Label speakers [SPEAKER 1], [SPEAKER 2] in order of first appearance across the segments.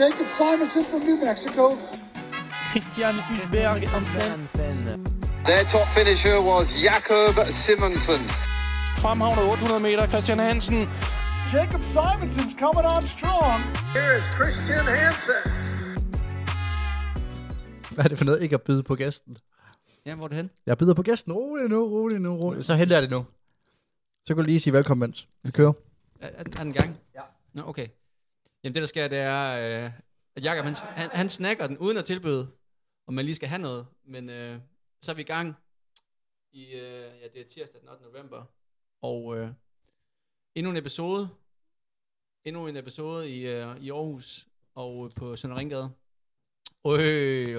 [SPEAKER 1] Jacob Simonson from New Mexico.
[SPEAKER 2] Christian Hulberg Hansen.
[SPEAKER 3] Their top finisher was Jakob Simonsen.
[SPEAKER 2] Fremhavner 800 meter, Christian Hansen.
[SPEAKER 1] Jacob Simonson's coming on strong.
[SPEAKER 3] Here is Christian Hansen.
[SPEAKER 4] Hvad er det for noget ikke at byde på gæsten?
[SPEAKER 5] Jamen, hvor er det hen?
[SPEAKER 4] Jeg byder på gæsten. Rolig nu, rolig nu, rolig. Så hælder jeg det nu. Så kan du lige sige velkommen, mens vi kører.
[SPEAKER 5] Er, er, er den i gang? Ja. Nå, okay. Jamen, det der sker, det er, øh, at Jacob, han, han, han snakker den uden at tilbyde, om man lige skal have noget. Men øh, så er vi i gang i, øh, ja, det er tirsdag den 8. november. Og øh, endnu en episode. Endnu en episode i, øh, i Aarhus og på Sønder Ringgade. Øh,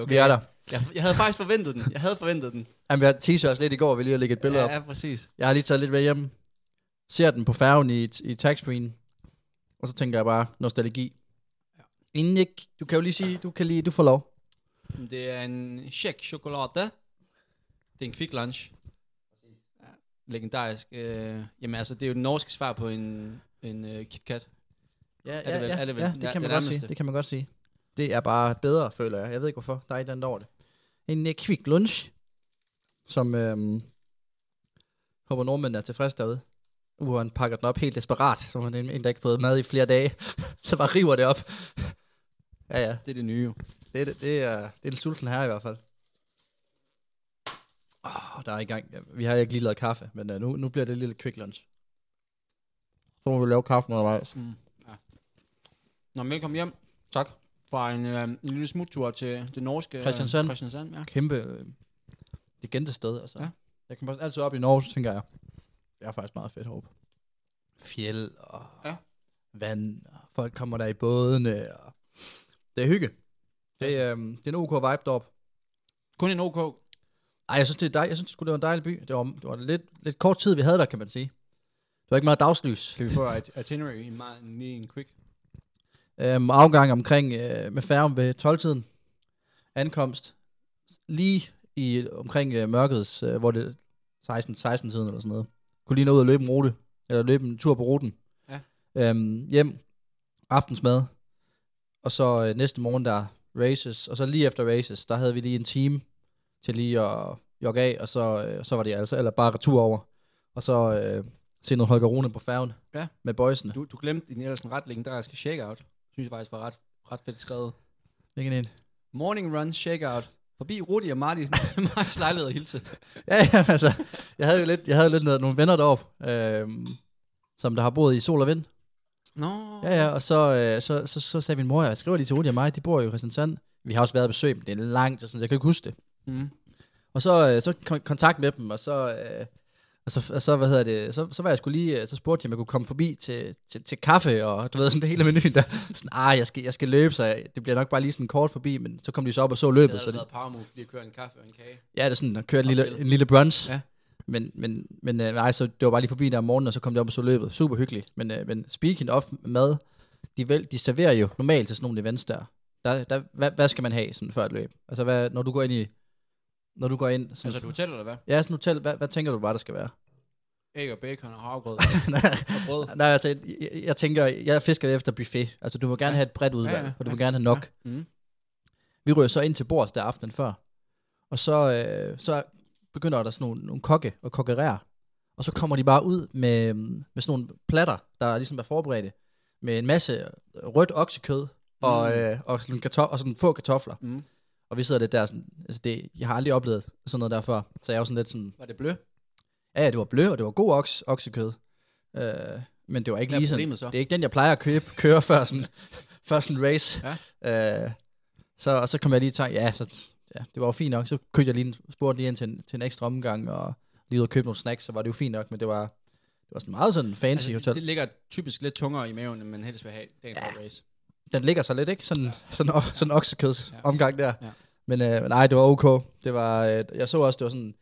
[SPEAKER 5] okay.
[SPEAKER 4] Vi er der.
[SPEAKER 5] Jeg, jeg havde faktisk forventet den. Jeg havde forventet den.
[SPEAKER 4] Jamen, jeg teaser os lidt i går, vi lige har lægge et billede ja. op.
[SPEAKER 5] ja præcis.
[SPEAKER 4] Jeg har lige taget lidt med hjem. Ser den på færgen i, i taxfree. Og så tænker jeg bare, nostalgi. Inden jeg, du kan jo lige sige, du kan lige, du får lov.
[SPEAKER 5] Det er en check chokolade. Det er en quick lunch. Ja, legendarisk. Øh, jamen altså, det er jo den norske svar på en, en uh, KitKat.
[SPEAKER 4] Ja,
[SPEAKER 5] det vel,
[SPEAKER 4] ja,
[SPEAKER 5] er det vel.
[SPEAKER 4] ja, det
[SPEAKER 5] Ja,
[SPEAKER 4] kan
[SPEAKER 5] det
[SPEAKER 4] man
[SPEAKER 5] er
[SPEAKER 4] godt sige.
[SPEAKER 5] nærmeste.
[SPEAKER 4] Det kan man godt sige. Det er bare bedre, føler jeg. Jeg ved ikke hvorfor. Der er et eller andet over det. En uh, quick lunch, som øhm, håber nordmændene er tilfredse derude. Uren pakker den op helt desperat, som han en, en, der ikke har fået mad i flere dage. så bare river det op. ja, ja.
[SPEAKER 5] Det er det nye. jo.
[SPEAKER 4] Det, er det, det, er, det er den sultne her i hvert fald. Oh, der er i gang. Ja, Vi har ikke lige lavet kaffe, men uh, nu, nu bliver det en lille quick lunch. Så må vi lave kaffen undervejs.
[SPEAKER 5] Mm. Nå, men velkommen hjem
[SPEAKER 4] Tak.
[SPEAKER 5] fra en, øh, en lille smuttur til det norske... øh,
[SPEAKER 4] Kristiansand.
[SPEAKER 5] Kristiansand, ja.
[SPEAKER 4] kæmpe øh, legendested. Altså.
[SPEAKER 5] Ja.
[SPEAKER 4] Ja. Jeg kan også altid op i Norge, så tænker jeg, det er faktisk meget fedt heroppe. Fjeld og
[SPEAKER 5] Ja.
[SPEAKER 4] ja. vand, og folk kommer der i bådene. Og det er hygge. Det, øh, det er en OK vibe deroppe.
[SPEAKER 5] Kun en OK.
[SPEAKER 4] Ej, jeg synes, det er dej, jeg synes, sgu, det var en dejlig by. Det var, det var lidt, lidt kort tid, vi havde der, kan man sige. Det var ikke meget dagslys.
[SPEAKER 5] Kan vi få et itinerary i en, meget, lige en quick?
[SPEAKER 4] Øhm, afgang omkring øh, med færgen ved 12-tiden. Ankomst lige i omkring øh, mørkets, øh, hvor det 16 16 tiden eller sådan noget. Kunne lige nå ud og løbe en rute eller løbe en tur på ruten.
[SPEAKER 5] Ja.
[SPEAKER 4] Øhm, hjem aftensmad. Og så øh, næste morgen der races og så lige efter races, der havde vi lige en time til lige at jogge af og så øh, så var det altså eller bare retur over. Og så øh, se noget Holger Rune på færgen
[SPEAKER 5] Ja.
[SPEAKER 4] med boysene.
[SPEAKER 5] Du, du glemte din ellers en ret legendariske shakeout. Synes jeg faktisk var ret, ret fedt skrevet.
[SPEAKER 4] Hvilken en?
[SPEAKER 5] Morning run shakeout. Forbi Rudi og Martins, Martins lejlighed og hilse.
[SPEAKER 4] Ja, ja, altså, jeg havde jo lidt, jeg havde lidt noget- nogle venner derop, øhm, som der har boet i sol og vind.
[SPEAKER 5] Nå.
[SPEAKER 4] Ja, ja, og så, øh, så, så, så sagde min mor, jeg skriver lige til Odi og mig, de bor jo i Christiansand. Vi har også været på besøg, men det er langt, og sådan, jeg kan ikke huske det.
[SPEAKER 5] Mm.
[SPEAKER 4] Og så, øh, så kon- kontakt med dem, og så, øh, og så, og så hvad hedder det, så, så var jeg skulle lige, øh, så spurgte jeg, om jeg kunne komme forbi til, til, til kaffe, og du ved, sådan det hele menuen der. Sådan, ah, jeg skal, jeg skal løbe, så jeg, det bliver nok bare lige sådan kort forbi, men så kom de så op og så
[SPEAKER 5] Det
[SPEAKER 4] løbet.
[SPEAKER 5] havde
[SPEAKER 4] Så de,
[SPEAKER 5] været power move, lige at køre en kaffe og en kage.
[SPEAKER 4] Ja, det er sådan, at køre en lille,
[SPEAKER 5] til.
[SPEAKER 4] en lille brunch.
[SPEAKER 5] Ja.
[SPEAKER 4] Ja. Men, men, men øh, nej, så det var bare lige forbi der om morgenen, og så kom det op og så løbet. Super hyggeligt. Men, øh, men speaking of mad, de, vel, de serverer jo normalt til sådan nogle events der. der, der hvad, hvad, skal man have sådan før et løb? Altså, hvad, når du går ind i... Når du går ind... Sådan,
[SPEAKER 5] Altså et hotel, eller hvad?
[SPEAKER 4] Ja, sådan et hotel. Hvad, hvad tænker du bare, der skal være?
[SPEAKER 5] Æg og bacon og havregrød. brød.
[SPEAKER 4] nej, nej, altså, jeg, jeg, tænker, jeg fisker efter buffet. Altså, du må gerne
[SPEAKER 5] Ja.
[SPEAKER 4] have et bredt udvalg,
[SPEAKER 5] Ja,
[SPEAKER 4] ja,
[SPEAKER 5] ja,
[SPEAKER 4] og du må gerne have nok.
[SPEAKER 5] Ja. Mm.
[SPEAKER 4] Vi ryger så ind til bords der aftenen før. Og så, øh, så begynder der sådan nogle, nogle kokke og kokkerere. Og så kommer de bare ud med, øhm, med sådan nogle platter, der ligesom er forberedte. Med en masse rødt oksekød og,
[SPEAKER 5] Mm.
[SPEAKER 4] øh, og, sådan kartof- og sådan få kartofler.
[SPEAKER 5] Mm.
[SPEAKER 4] Og vi sidder lidt der sådan, altså det, jeg har aldrig oplevet sådan noget der før. Så jeg er jo sådan lidt sådan,
[SPEAKER 5] Var det blø?
[SPEAKER 4] ja, ja, det var blø, og det var god oks, oksekød. Øh, men det var ikke
[SPEAKER 5] Hvad er
[SPEAKER 4] lige sådan,
[SPEAKER 5] problemet så?
[SPEAKER 4] det er ikke den, jeg plejer at købe, køre før sådan, før sådan en race. Ja. Øh, så, og så kom jeg lige i tanke, ja, så, ja, det var jo fint nok. Så købte jeg lige en, spurgte lige ind til en, til en ekstra omgang, og lige ud og købe nogle snacks, så var det jo fint nok, men det var, det var sådan meget sådan fancy altså,
[SPEAKER 5] Altså,
[SPEAKER 4] hotel.
[SPEAKER 5] det, det ligger typisk lidt tungere i maven, end man helst vil have dagen ja. race.
[SPEAKER 4] den ligger sig lidt, ikke? Sådan, ja. sådan, o- sådan oksekøds
[SPEAKER 5] Ja.
[SPEAKER 4] ja. omgang der.
[SPEAKER 5] Ja.
[SPEAKER 4] Ja. Men øh, men nej, det var okay. Det var, øh, jeg så også, det var sådan,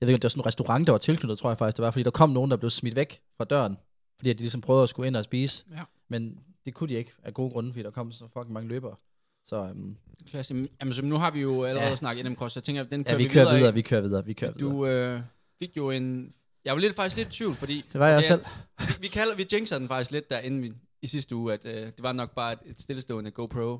[SPEAKER 4] jeg ved ikke, det var sådan en restaurant, der var tilknyttet, tror jeg faktisk, det var, fordi der kom nogen, der blev smidt væk fra døren, fordi at de ligesom prøvede at skulle ind og spise.
[SPEAKER 5] Ja.
[SPEAKER 4] Men det kunne de ikke, af gode grunde, fordi der kom så fucking mange løbere. Så øhm,
[SPEAKER 5] Klasse. Jamen, så nu har vi jo allerede ja.
[SPEAKER 4] Ja.
[SPEAKER 5] snakket NM Cross, så jeg tænker, at den kører
[SPEAKER 4] ja, vi kører videre,
[SPEAKER 5] af.
[SPEAKER 4] vi kører videre, vi kører videre. Du,
[SPEAKER 5] Du øh, fik jo en... Jeg var lidt, faktisk lidt i tvivl, fordi...
[SPEAKER 4] det var jeg
[SPEAKER 5] Ja,
[SPEAKER 4] selv.
[SPEAKER 5] Vi, vi, kalder, vi jinxer den faktisk lidt derinde vi, i sidste uge, at øh, det var nok bare et, et stillestående GoPro.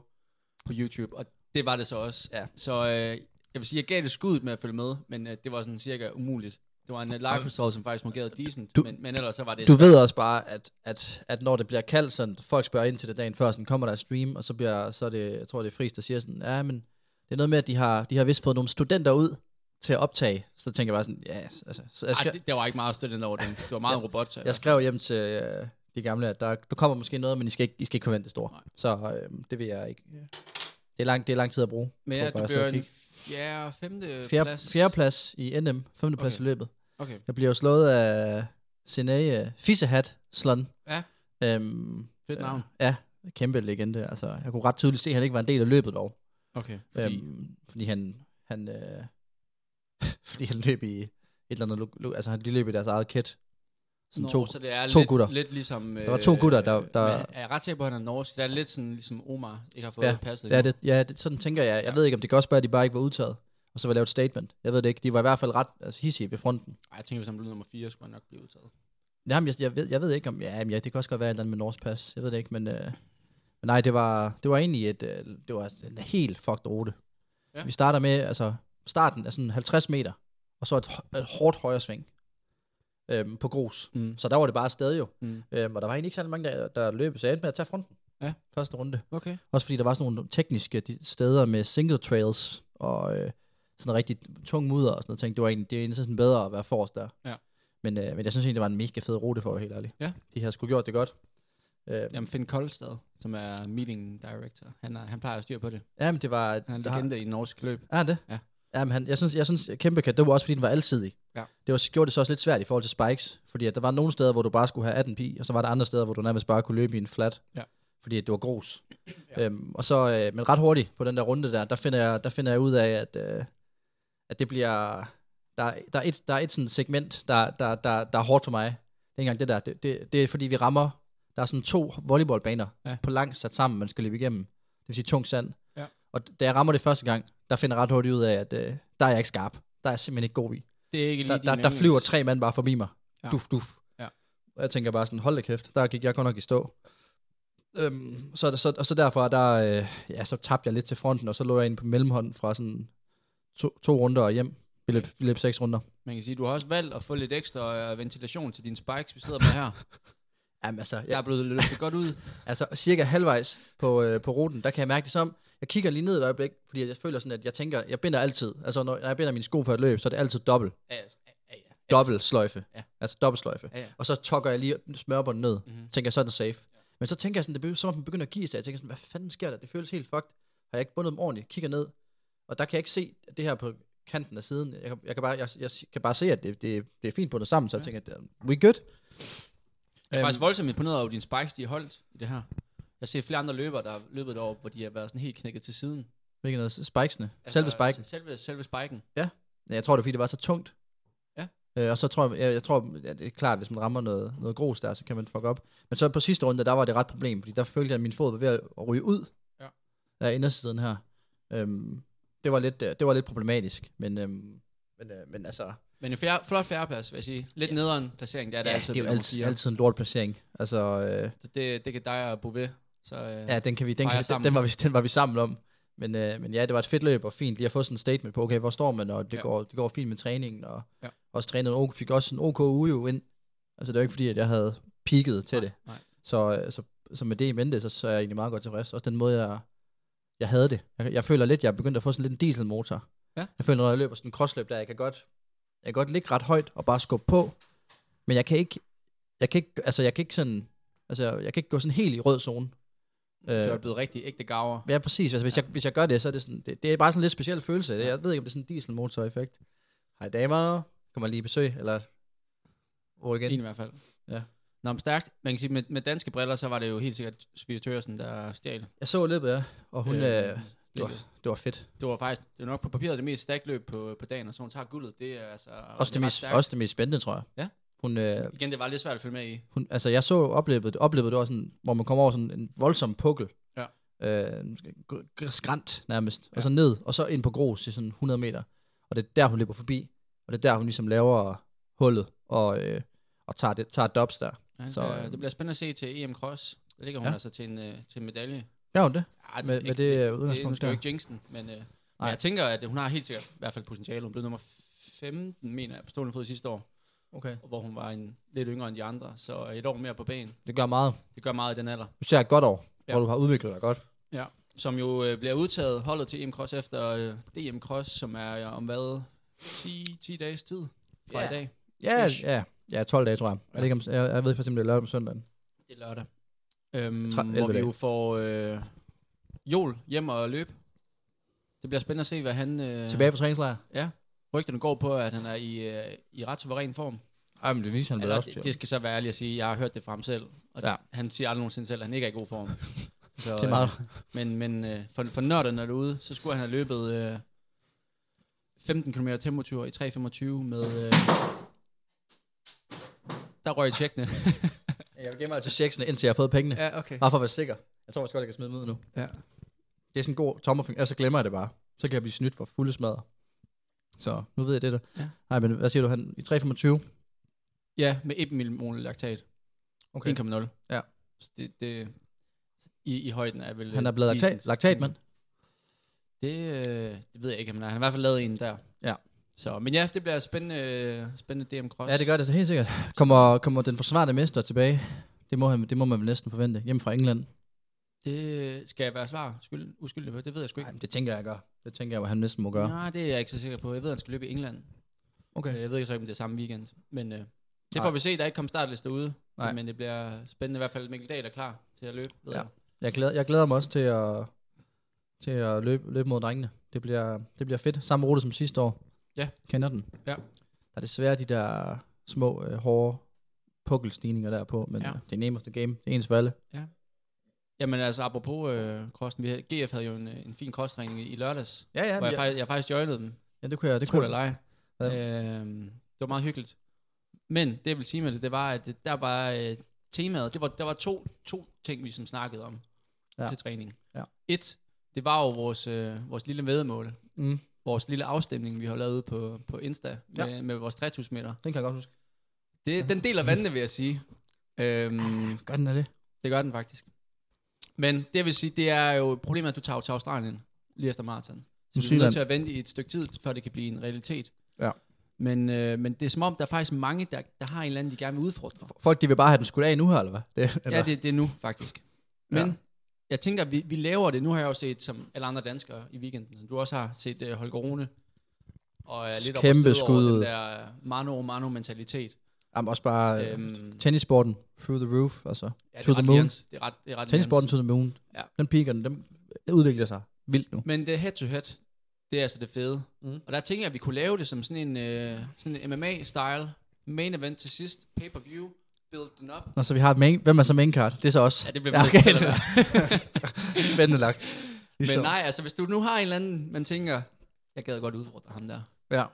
[SPEAKER 5] på YouTube, og det var det så også. Ja. Så øh, jeg vil sige, jeg gav det skuddet med at følge med, men øh, det var sådan cirka umuligt. Det var en øh, live result, som faktisk fungerede decent,
[SPEAKER 4] Du-
[SPEAKER 5] men, men ellers så var det...
[SPEAKER 4] Du ved også bare, at, at, at når det bliver kaldt sådan, folk spørger ind til det dagen før, sådan kommer der et stream, og så, bliver, så er det, jeg tror det er Friis, der siger sådan, ja, men det er noget med, at de har, de har vist fået nogle studenter ud til at optage. Så tænker jeg bare sådan, ja, altså, så jeg,
[SPEAKER 5] Ej,
[SPEAKER 4] skre,
[SPEAKER 5] det, der var ikke meget støtte ind over den. Det var meget en robot. Så,
[SPEAKER 4] jeg skrev hjem til øh, de gamle, at der, der kommer måske noget, men I skal ikke, I skal ikke forvente det store.
[SPEAKER 5] Nej.
[SPEAKER 4] Så øh, det vil jeg ikke. Det er lang, det er lang tid at bruge.
[SPEAKER 5] men
[SPEAKER 4] på
[SPEAKER 5] ja,
[SPEAKER 4] bare
[SPEAKER 5] du
[SPEAKER 4] at sidde
[SPEAKER 5] blev
[SPEAKER 4] og
[SPEAKER 5] en
[SPEAKER 4] kigge.
[SPEAKER 5] fjerde, femte
[SPEAKER 4] Fjerde,
[SPEAKER 5] Øh, plads.
[SPEAKER 4] fjerde plads i NM, femte plads
[SPEAKER 5] Okay.
[SPEAKER 4] i løbet.
[SPEAKER 5] Okay.
[SPEAKER 4] Jeg bliver jo slået af Sine uh, Fissehat Slon.
[SPEAKER 5] Ja.
[SPEAKER 4] Øhm,
[SPEAKER 5] Fedt navn.
[SPEAKER 4] Øh, ja, kæmpe legende. Altså, jeg kunne ret tydeligt se, at han ikke var en del af løbet dog.
[SPEAKER 5] Okay.
[SPEAKER 4] Fordi,
[SPEAKER 5] Fordi,
[SPEAKER 4] øhm, fordi han, han, øh, fordi han løb i et eller andet, lo- lo- altså han de løb i deres eget kit. Sådan
[SPEAKER 5] Nå,
[SPEAKER 4] to,
[SPEAKER 5] så det er
[SPEAKER 4] to
[SPEAKER 5] lidt,
[SPEAKER 4] gutter.
[SPEAKER 5] lidt ligesom... Der
[SPEAKER 4] var to gutter, der- der-
[SPEAKER 5] Men er jeg ret sikker på, at han er norsk? Det er lidt sådan, ligesom Omar ikke har fået
[SPEAKER 4] Ja,
[SPEAKER 5] passet.
[SPEAKER 4] ja,
[SPEAKER 5] endnu.
[SPEAKER 4] det, ja det, sådan tænker jeg. Jeg
[SPEAKER 5] Ja.
[SPEAKER 4] ved ikke, om det kan også være, at de bare ikke var udtaget, og så var lavet et statement. Jeg ved det ikke. De var i hvert fald ret altså, hissige ved fronten.
[SPEAKER 5] Ej, jeg tænker, hvis han blev nummer 4, skulle han nok blive udtaget.
[SPEAKER 4] Jamen, jeg, jeg, ved, jeg ved ikke om... Ja, men ja, det kan også godt være et eller andet med Norsk Pas. Jeg ved det ikke, men... Øh, men nej, det var, det var egentlig et... Øh, det var en helt fucked rute.
[SPEAKER 5] Ja.
[SPEAKER 4] Ja. Vi starter med... Altså, starten er sådan 50 meter, og så et, hå- et hårdt højresving øhm, på grus.
[SPEAKER 5] Mm.
[SPEAKER 4] Så der var det bare stadig jo.
[SPEAKER 5] Mm.
[SPEAKER 4] Øhm, og der var egentlig ikke særlig mange, der, der løb, så jeg endte med at tage fronten.
[SPEAKER 5] Ja.
[SPEAKER 4] Første runde.
[SPEAKER 5] Okay.
[SPEAKER 4] Også fordi der var sådan nogle tekniske de- steder med single trails og øh, sådan rigtig tung mudder og sådan noget. Jeg Tænkte, det var egentlig, det er egentlig sådan bedre at være forrest der.
[SPEAKER 5] Ja.
[SPEAKER 4] Men, øh, men jeg synes egentlig, det var en mega fed rute for at være helt ærlig.
[SPEAKER 5] Ja.
[SPEAKER 4] De har sgu gjort det godt. Øh,
[SPEAKER 5] Jamen, Finn Koldstad, som er meeting director, han, er, han plejer at styre på det.
[SPEAKER 4] jamen, det var...
[SPEAKER 5] Han er en
[SPEAKER 4] der har-
[SPEAKER 5] legende i norsk løb.
[SPEAKER 4] Er han det?
[SPEAKER 5] Ja.
[SPEAKER 4] Jamen, han, jeg synes, jeg synes kæmpe kat, det var også fordi, den var alsidig.
[SPEAKER 5] Ja.
[SPEAKER 4] Det var, gjorde det så også lidt svært i forhold til spikes, fordi at der var nogle steder, hvor du bare skulle have 18 pi, og så var der andre steder, hvor du nærmest bare kunne løbe i en flat,
[SPEAKER 5] Ja.
[SPEAKER 4] fordi at det var grus. Ja. Øhm, og så, øh, men ret hurtigt på den der runde der, der finder jeg, der finder jeg ud af, at, øh, at det bliver, der, er- der, er et, der er et sådan segment, der, der, der, der er hårdt for mig. Det er ikke engang det der. Det, det, det er fordi, vi rammer, der er sådan to volleyballbaner
[SPEAKER 5] Ja.
[SPEAKER 4] ja. på langs sat sammen, man skal løbe igennem. Det vil sige tung sand.
[SPEAKER 5] Ja.
[SPEAKER 4] Og d- da jeg rammer det første gang, der finder jeg ret hurtigt ud af, at øh, der er jeg ikke skarp. Der er jeg simpelthen ikke god i.
[SPEAKER 5] Det er ikke lige
[SPEAKER 4] Der,
[SPEAKER 5] din
[SPEAKER 4] der, der
[SPEAKER 5] yndlings-
[SPEAKER 4] flyver tre mand bare forbi mig.
[SPEAKER 5] Ja.
[SPEAKER 4] Ja. Duf, duf.
[SPEAKER 5] Ja.
[SPEAKER 4] Og jeg tænker bare sådan, hold da kæft, der gik jeg godt nok i stå. Øhm, så, så, og så derfra, der, øh, ja, så tabte jeg lidt til fronten, og så lå jeg inde på mellemhånden fra sådan to, to runder og hjem. Vi løb, vi løb seks runder.
[SPEAKER 5] Man kan sige, du har også valgt at få lidt ekstra øh, ventilation til dine spikes, vi sidder med her.
[SPEAKER 4] Jamen altså, jeg,
[SPEAKER 5] Der er blevet løftet godt ud.
[SPEAKER 4] Altså cirka halvvejs på, øh, på ruten, der kan jeg mærke det som, jeg kigger lige ned et øjeblik, fordi jeg føler sådan, at jeg tænker, jeg binder altid, altså når når jeg binder mine sko for et løb, så er det altid dobbelt,
[SPEAKER 5] Ja, ja, ja, ja.
[SPEAKER 4] dobbelt sløjfe,
[SPEAKER 5] Ja.
[SPEAKER 4] altså dobbelt sløjfe.
[SPEAKER 5] Ja, ja.
[SPEAKER 4] Og så tokker jeg lige smørbåndet ned,
[SPEAKER 5] Mhm.
[SPEAKER 4] mm-hmm. tænker jeg, så er den safe. Men så tænker jeg sådan, det begynder, som om den begynder at give sig, jeg tænker sådan, hvad fanden sker der, det føles helt fucked, har jeg ikke bundet dem ordentligt, kigger ned, og der kan jeg ikke se det her på kanten af siden, jeg kan, jeg kan, bare, jeg, jeg kan bare se, at det, det, det er fint bundet sammen, så jeg tænker, at we good.
[SPEAKER 5] Jeg er
[SPEAKER 4] Øhm,
[SPEAKER 5] faktisk voldsomt imponeret over dine spikes, de har holdt i det her. Jeg ser flere andre løbere, der har løbet deroppe, hvor de har været sådan helt knækket til siden. Altså,
[SPEAKER 4] Hvilket er noget, spikesene, selve spiken.
[SPEAKER 5] Selve, selve spiken.
[SPEAKER 4] Ja, Jeg tror, det er, fordi det var så tungt.
[SPEAKER 5] Ja.
[SPEAKER 4] Øh, og så tror jeg, jeg, jeg tror, at det er klart, hvis man rammer noget, noget grus der, så kan man fuck op. Men så på sidste runde, der var det ret problem, fordi der følte jeg, at min fod var ved at ryge ud
[SPEAKER 5] Ja.
[SPEAKER 4] af indersiden her. Øhm, det, var lidt, øh, det var lidt problematisk, men, øhm, men, øh, men altså,
[SPEAKER 5] Men en fjerde, flot fjerdeplads, vil jeg sige. Lidt ja. nederen placering, der er der
[SPEAKER 4] ja,
[SPEAKER 5] altid.
[SPEAKER 4] det er jo
[SPEAKER 5] ved nummer
[SPEAKER 4] altid,
[SPEAKER 5] fire.
[SPEAKER 4] altid en lort placering. Altså, øh,
[SPEAKER 5] Så det, det kan dig og Bouvet. Så, øh,
[SPEAKER 4] ja, den, kan vi, den,
[SPEAKER 5] Fejre
[SPEAKER 4] kan, vi-
[SPEAKER 5] sammen.
[SPEAKER 4] den, var vi, den var vi sammen om. Men, øh, men ja, det var et fedt løb, og fint lige at få sådan en statement på, okay, hvor står man, og det,
[SPEAKER 5] Ja.
[SPEAKER 4] ja. går, det går fint med træningen, og
[SPEAKER 5] Ja.
[SPEAKER 4] ja. også træneren OK, fik også en OK uge jo ind. Altså det var ikke fordi, at jeg havde peaked til
[SPEAKER 5] nej,
[SPEAKER 4] det.
[SPEAKER 5] Nej.
[SPEAKER 4] Så, øh, så, så med det i mente, så, så er jeg egentlig meget godt tilfreds. Også den måde, jeg, jeg havde det. Jeg, jeg føler lidt, jeg er begyndt at få sådan lidt en dieselmotor.
[SPEAKER 5] Ja.
[SPEAKER 4] Jeg føler, når jeg løber sådan en crossløb, der jeg kan godt, jeg kan godt ligge ret højt og bare skubbe på. Men jeg kan ikke, jeg kan ikke, altså jeg kan ikke sådan, altså jeg kan ikke gå sådan helt i rød zone.
[SPEAKER 5] Du
[SPEAKER 4] Øh,
[SPEAKER 5] er blevet rigtig ægte gaver.
[SPEAKER 4] Ja, præcis. Altså, hvis, jeg, hvis jeg gør det, så er det sådan, det, det er bare sådan en lidt speciel følelse. Det, jeg ved ikke, om det er sådan en dieselmotor-effekt. Hej damer, kommer lige i besøg, eller over igen.
[SPEAKER 5] En i hvert fald.
[SPEAKER 4] Ja.
[SPEAKER 5] Nå, men stærkt. Man kan sige, med, med danske briller, så var det jo helt sikkert Sofie Tørsen, der stjal.
[SPEAKER 4] Jeg så løbet, ja, og hun, øh,
[SPEAKER 5] Øh,
[SPEAKER 4] øh, det, var,
[SPEAKER 5] løbet.
[SPEAKER 4] det var fedt.
[SPEAKER 5] Det var faktisk, det var nok på papiret det mest stærkt løb på, på dagen, og så hun tager guldet. Det er altså...
[SPEAKER 4] Også det,
[SPEAKER 5] er ret
[SPEAKER 4] mest,
[SPEAKER 5] stærkt.
[SPEAKER 4] også det mest spændende, tror jeg.
[SPEAKER 5] Ja.
[SPEAKER 4] Hun, øh,
[SPEAKER 5] Igen, det var lidt svært at følge med i.
[SPEAKER 4] hun, altså, jeg så oplevede, oplevede det var sådan, hvor man kommer over sådan en voldsom pukkel.
[SPEAKER 5] Ja.
[SPEAKER 4] Øh, en gr- gr- skrant nærmest.
[SPEAKER 5] Ja.
[SPEAKER 4] Og så ned, og så ind på grus i sådan 100 meter. Og det er der, hun løber forbi. Og det er der, hun ligesom laver hullet og, øh, og tager, det, tager dobs der.
[SPEAKER 5] Ja,
[SPEAKER 4] Så,
[SPEAKER 5] så, øh,
[SPEAKER 4] øhm,
[SPEAKER 5] det bliver spændende at se til EM E Cross. Der ligger hun ja.
[SPEAKER 4] ja.
[SPEAKER 5] altså til en, øh, til en medalje.
[SPEAKER 4] Ja, det.
[SPEAKER 5] Ej, er
[SPEAKER 4] Med-
[SPEAKER 5] ikke-
[SPEAKER 4] med det, øh,
[SPEAKER 5] det,
[SPEAKER 4] udgangspunkt
[SPEAKER 5] det er jo
[SPEAKER 4] der.
[SPEAKER 5] ikke jinxen, men, øh, men
[SPEAKER 4] Nej.
[SPEAKER 5] jeg tænker, at hun har helt sikkert i hvert fald potentiale. Hun blev nummer 15, mener jeg, på stående fod sidste år,
[SPEAKER 4] Okay.
[SPEAKER 5] hvor hun var en, lidt yngre end de andre, så øh, et år mere på banen.
[SPEAKER 4] Det gør meget.
[SPEAKER 5] Det gør meget i den alder.
[SPEAKER 4] Du ser et godt år, ja.
[SPEAKER 5] Ja.
[SPEAKER 4] hvor du har udviklet dig godt.
[SPEAKER 5] Som jo øh, bliver udtaget holdet til EM Cross efter øh, DM Cross, som er øh, om hvad? 10, 10 dages tid fra
[SPEAKER 4] Ja.
[SPEAKER 5] i dag.
[SPEAKER 4] Ja,
[SPEAKER 5] Ish.
[SPEAKER 4] ja. Ja, 12 dage, tror jeg. Jeg, ved ikke, om, jeg, jeg ved faktisk, om det er lørdag om søndagen.
[SPEAKER 5] Det er lørdag. Øhm,
[SPEAKER 4] Tre-
[SPEAKER 5] hvor
[SPEAKER 4] elleve
[SPEAKER 5] vi
[SPEAKER 4] dage.
[SPEAKER 5] jo får øh, Jol hjem og løbe. Det bliver spændende at se, hvad han... Øh,
[SPEAKER 4] Tilbage fra træningslejr.
[SPEAKER 5] Rygterne går på, at han er i, øh, i ret suveræn form.
[SPEAKER 4] Ej, men det viser han vel
[SPEAKER 5] Eller,
[SPEAKER 4] også.
[SPEAKER 5] det,
[SPEAKER 4] Det,
[SPEAKER 5] det skal så være ærligt at sige, jeg har hørt det fra ham selv. Og ja.
[SPEAKER 4] Ja.
[SPEAKER 5] han siger aldrig nogensinde selv, at han ikke er i god form. Så,
[SPEAKER 4] det er meget.
[SPEAKER 5] Øh, men men øh, for, for nørderne derude, så skulle han have løbet øh, 15 km tempotur i 3.25 med... Øh, der røg tjekkene.
[SPEAKER 4] Jeg vil gemme mig til checksene, indtil jeg har fået pengene. Ja.
[SPEAKER 5] okay.
[SPEAKER 4] Bare for at være sikker. Jeg tror også godt, jeg kan smide dem ud nu.
[SPEAKER 5] Ja.
[SPEAKER 4] Det er sådan en god tommerfinger. Ellers så glemmer jeg det bare. Så kan jeg blive snydt for fulde smadre. Så nu ved jeg det der.
[SPEAKER 5] Ja.
[SPEAKER 4] Ja. Nej, men hvad siger du? Han, I 3,25?
[SPEAKER 5] Ja, med 1 millimol laktat.
[SPEAKER 4] Okay.
[SPEAKER 5] 1,0.
[SPEAKER 4] Ja.
[SPEAKER 5] Så det, det, i, I højden er vel...
[SPEAKER 4] Han
[SPEAKER 5] øh,
[SPEAKER 4] er blevet
[SPEAKER 5] decent.
[SPEAKER 4] laktat, laktatmand.
[SPEAKER 5] Det, øh, det ved jeg ikke, men han har i hvert fald lavet en der.
[SPEAKER 4] Ja.
[SPEAKER 5] Så, men ja, det bliver spændende, spændende DM Cross.
[SPEAKER 4] Ja, det gør det helt sikkert. Kommer, kommer den forsvarende mester tilbage? Det må, han, det må man vel næsten forvente. Hjemme fra England.
[SPEAKER 5] Det øh, skal jeg være svar skyld, uskyldig på. Det ved jeg sgu ikke.
[SPEAKER 4] Nej, det tænker jeg gør. Det tænker jeg, hvad han næsten må gøre.
[SPEAKER 5] Nej, det er jeg ikke så sikker på. Jeg ved, at han skal løbe i England.
[SPEAKER 4] Okay.
[SPEAKER 5] Øh, Jeg ved ikke så ikke, om det er samme weekend. Men øh, det
[SPEAKER 4] Nej.
[SPEAKER 5] får vi se. Der er ikke kommet startliste ude.
[SPEAKER 4] Nej.
[SPEAKER 5] Men det bliver spændende. I hvert fald Mikkel Dahl er klar til at løbe. Ved
[SPEAKER 4] Ja.
[SPEAKER 5] jeg.
[SPEAKER 4] Jeg glæder, jeg glæder mig også til at, til at løbe, løbe mod drengene. Det bliver, det bliver fedt. Samme rute som sidste år.
[SPEAKER 5] Ja.
[SPEAKER 4] Kender den.
[SPEAKER 5] Ja.
[SPEAKER 4] Der er desværre de der små, øh, hårde pukkelstigninger der på, men
[SPEAKER 5] Ja.
[SPEAKER 4] ja. øh, det er name of the game. Det er ens for alle.
[SPEAKER 5] Jamen altså, apropos øh, crossen. Vi havde, GF havde jo en, øh, en fin crosstræning i, i lørdags.
[SPEAKER 4] Ja, ja.
[SPEAKER 5] hvor jeg,
[SPEAKER 4] Jeg,
[SPEAKER 5] faktisk, jeg faktisk joinede dem.
[SPEAKER 4] ja det kunne jeg. Det
[SPEAKER 5] Det kunne
[SPEAKER 4] kunne
[SPEAKER 5] da
[SPEAKER 4] jeg.
[SPEAKER 5] lege. Øhm, det var meget hyggeligt. Men det jeg vil sige med det, det var, at det, der var øh, temaet, det var, der var to, to ting, vi som snakkede om ja.
[SPEAKER 4] Ja.
[SPEAKER 5] til træning.
[SPEAKER 4] Ja.
[SPEAKER 5] Et, det var jo vores, øh, vores lille vedmål,
[SPEAKER 4] Mm,
[SPEAKER 5] vores lille afstemning, vi har lavet ude på, på Insta med, ja. med vores 3000 meter.
[SPEAKER 4] den kan jeg godt huske.
[SPEAKER 5] Det, den deler vandene, vil jeg sige. Øhm,
[SPEAKER 4] Gør den af det?
[SPEAKER 5] det gør den faktisk. Men det jeg vil sige, det er jo problemet, at du tager jo til Australien lige efter maraton. Så vi er nødt
[SPEAKER 4] Zealand.
[SPEAKER 5] til at vente i et stykke tid, før det kan blive en realitet.
[SPEAKER 4] Ja.
[SPEAKER 5] Men, øh, men det er som om, der er faktisk mange, der, der har en eller anden, de gerne vil udfordre.
[SPEAKER 4] Folk, de vil bare have den skudt af nu her, eller hvad? Det, eller?
[SPEAKER 5] Ja, det, det er nu faktisk. Men ja.
[SPEAKER 4] Ja.
[SPEAKER 5] jeg tænker, vi, vi laver det. Nu har jeg jo set, som alle andre danskere i weekenden, som du også har set uh, Holger Rune, og er lidt
[SPEAKER 4] Kæmpe
[SPEAKER 5] oppe over
[SPEAKER 4] skud.
[SPEAKER 5] den der mano-mano-mentalitet.
[SPEAKER 4] Jamen, også bare øh,
[SPEAKER 5] Øhm.
[SPEAKER 4] tennissporten. Through the roof, altså.
[SPEAKER 5] Ja, det
[SPEAKER 4] To
[SPEAKER 5] er
[SPEAKER 4] the
[SPEAKER 5] ret
[SPEAKER 4] moon.
[SPEAKER 5] lirrende. Det er ret, det er ret
[SPEAKER 4] Tennissporten
[SPEAKER 5] lirrende.
[SPEAKER 4] to the moon.
[SPEAKER 5] Ja.
[SPEAKER 4] Den piker, den, den udvikler sig vildt nu.
[SPEAKER 5] Men det head-to-head, det er altså det fede. Mm.
[SPEAKER 4] Mm.
[SPEAKER 5] Og der tænker jeg, at vi kunne lave det som sådan en, øh, sådan en MMA-style main event til sidst. Pay-per-view, build den up.
[SPEAKER 4] Og så vi har et main, hvem er så main card? Det er så os.
[SPEAKER 5] Ja, det bliver
[SPEAKER 4] Ja,
[SPEAKER 5] ja, okay.
[SPEAKER 4] okay.
[SPEAKER 5] til at være.
[SPEAKER 4] Spændende lagt.
[SPEAKER 5] Men nej, altså hvis du nu har en eller anden, man tænker, jeg gad godt udfordre ham der.
[SPEAKER 4] Ja.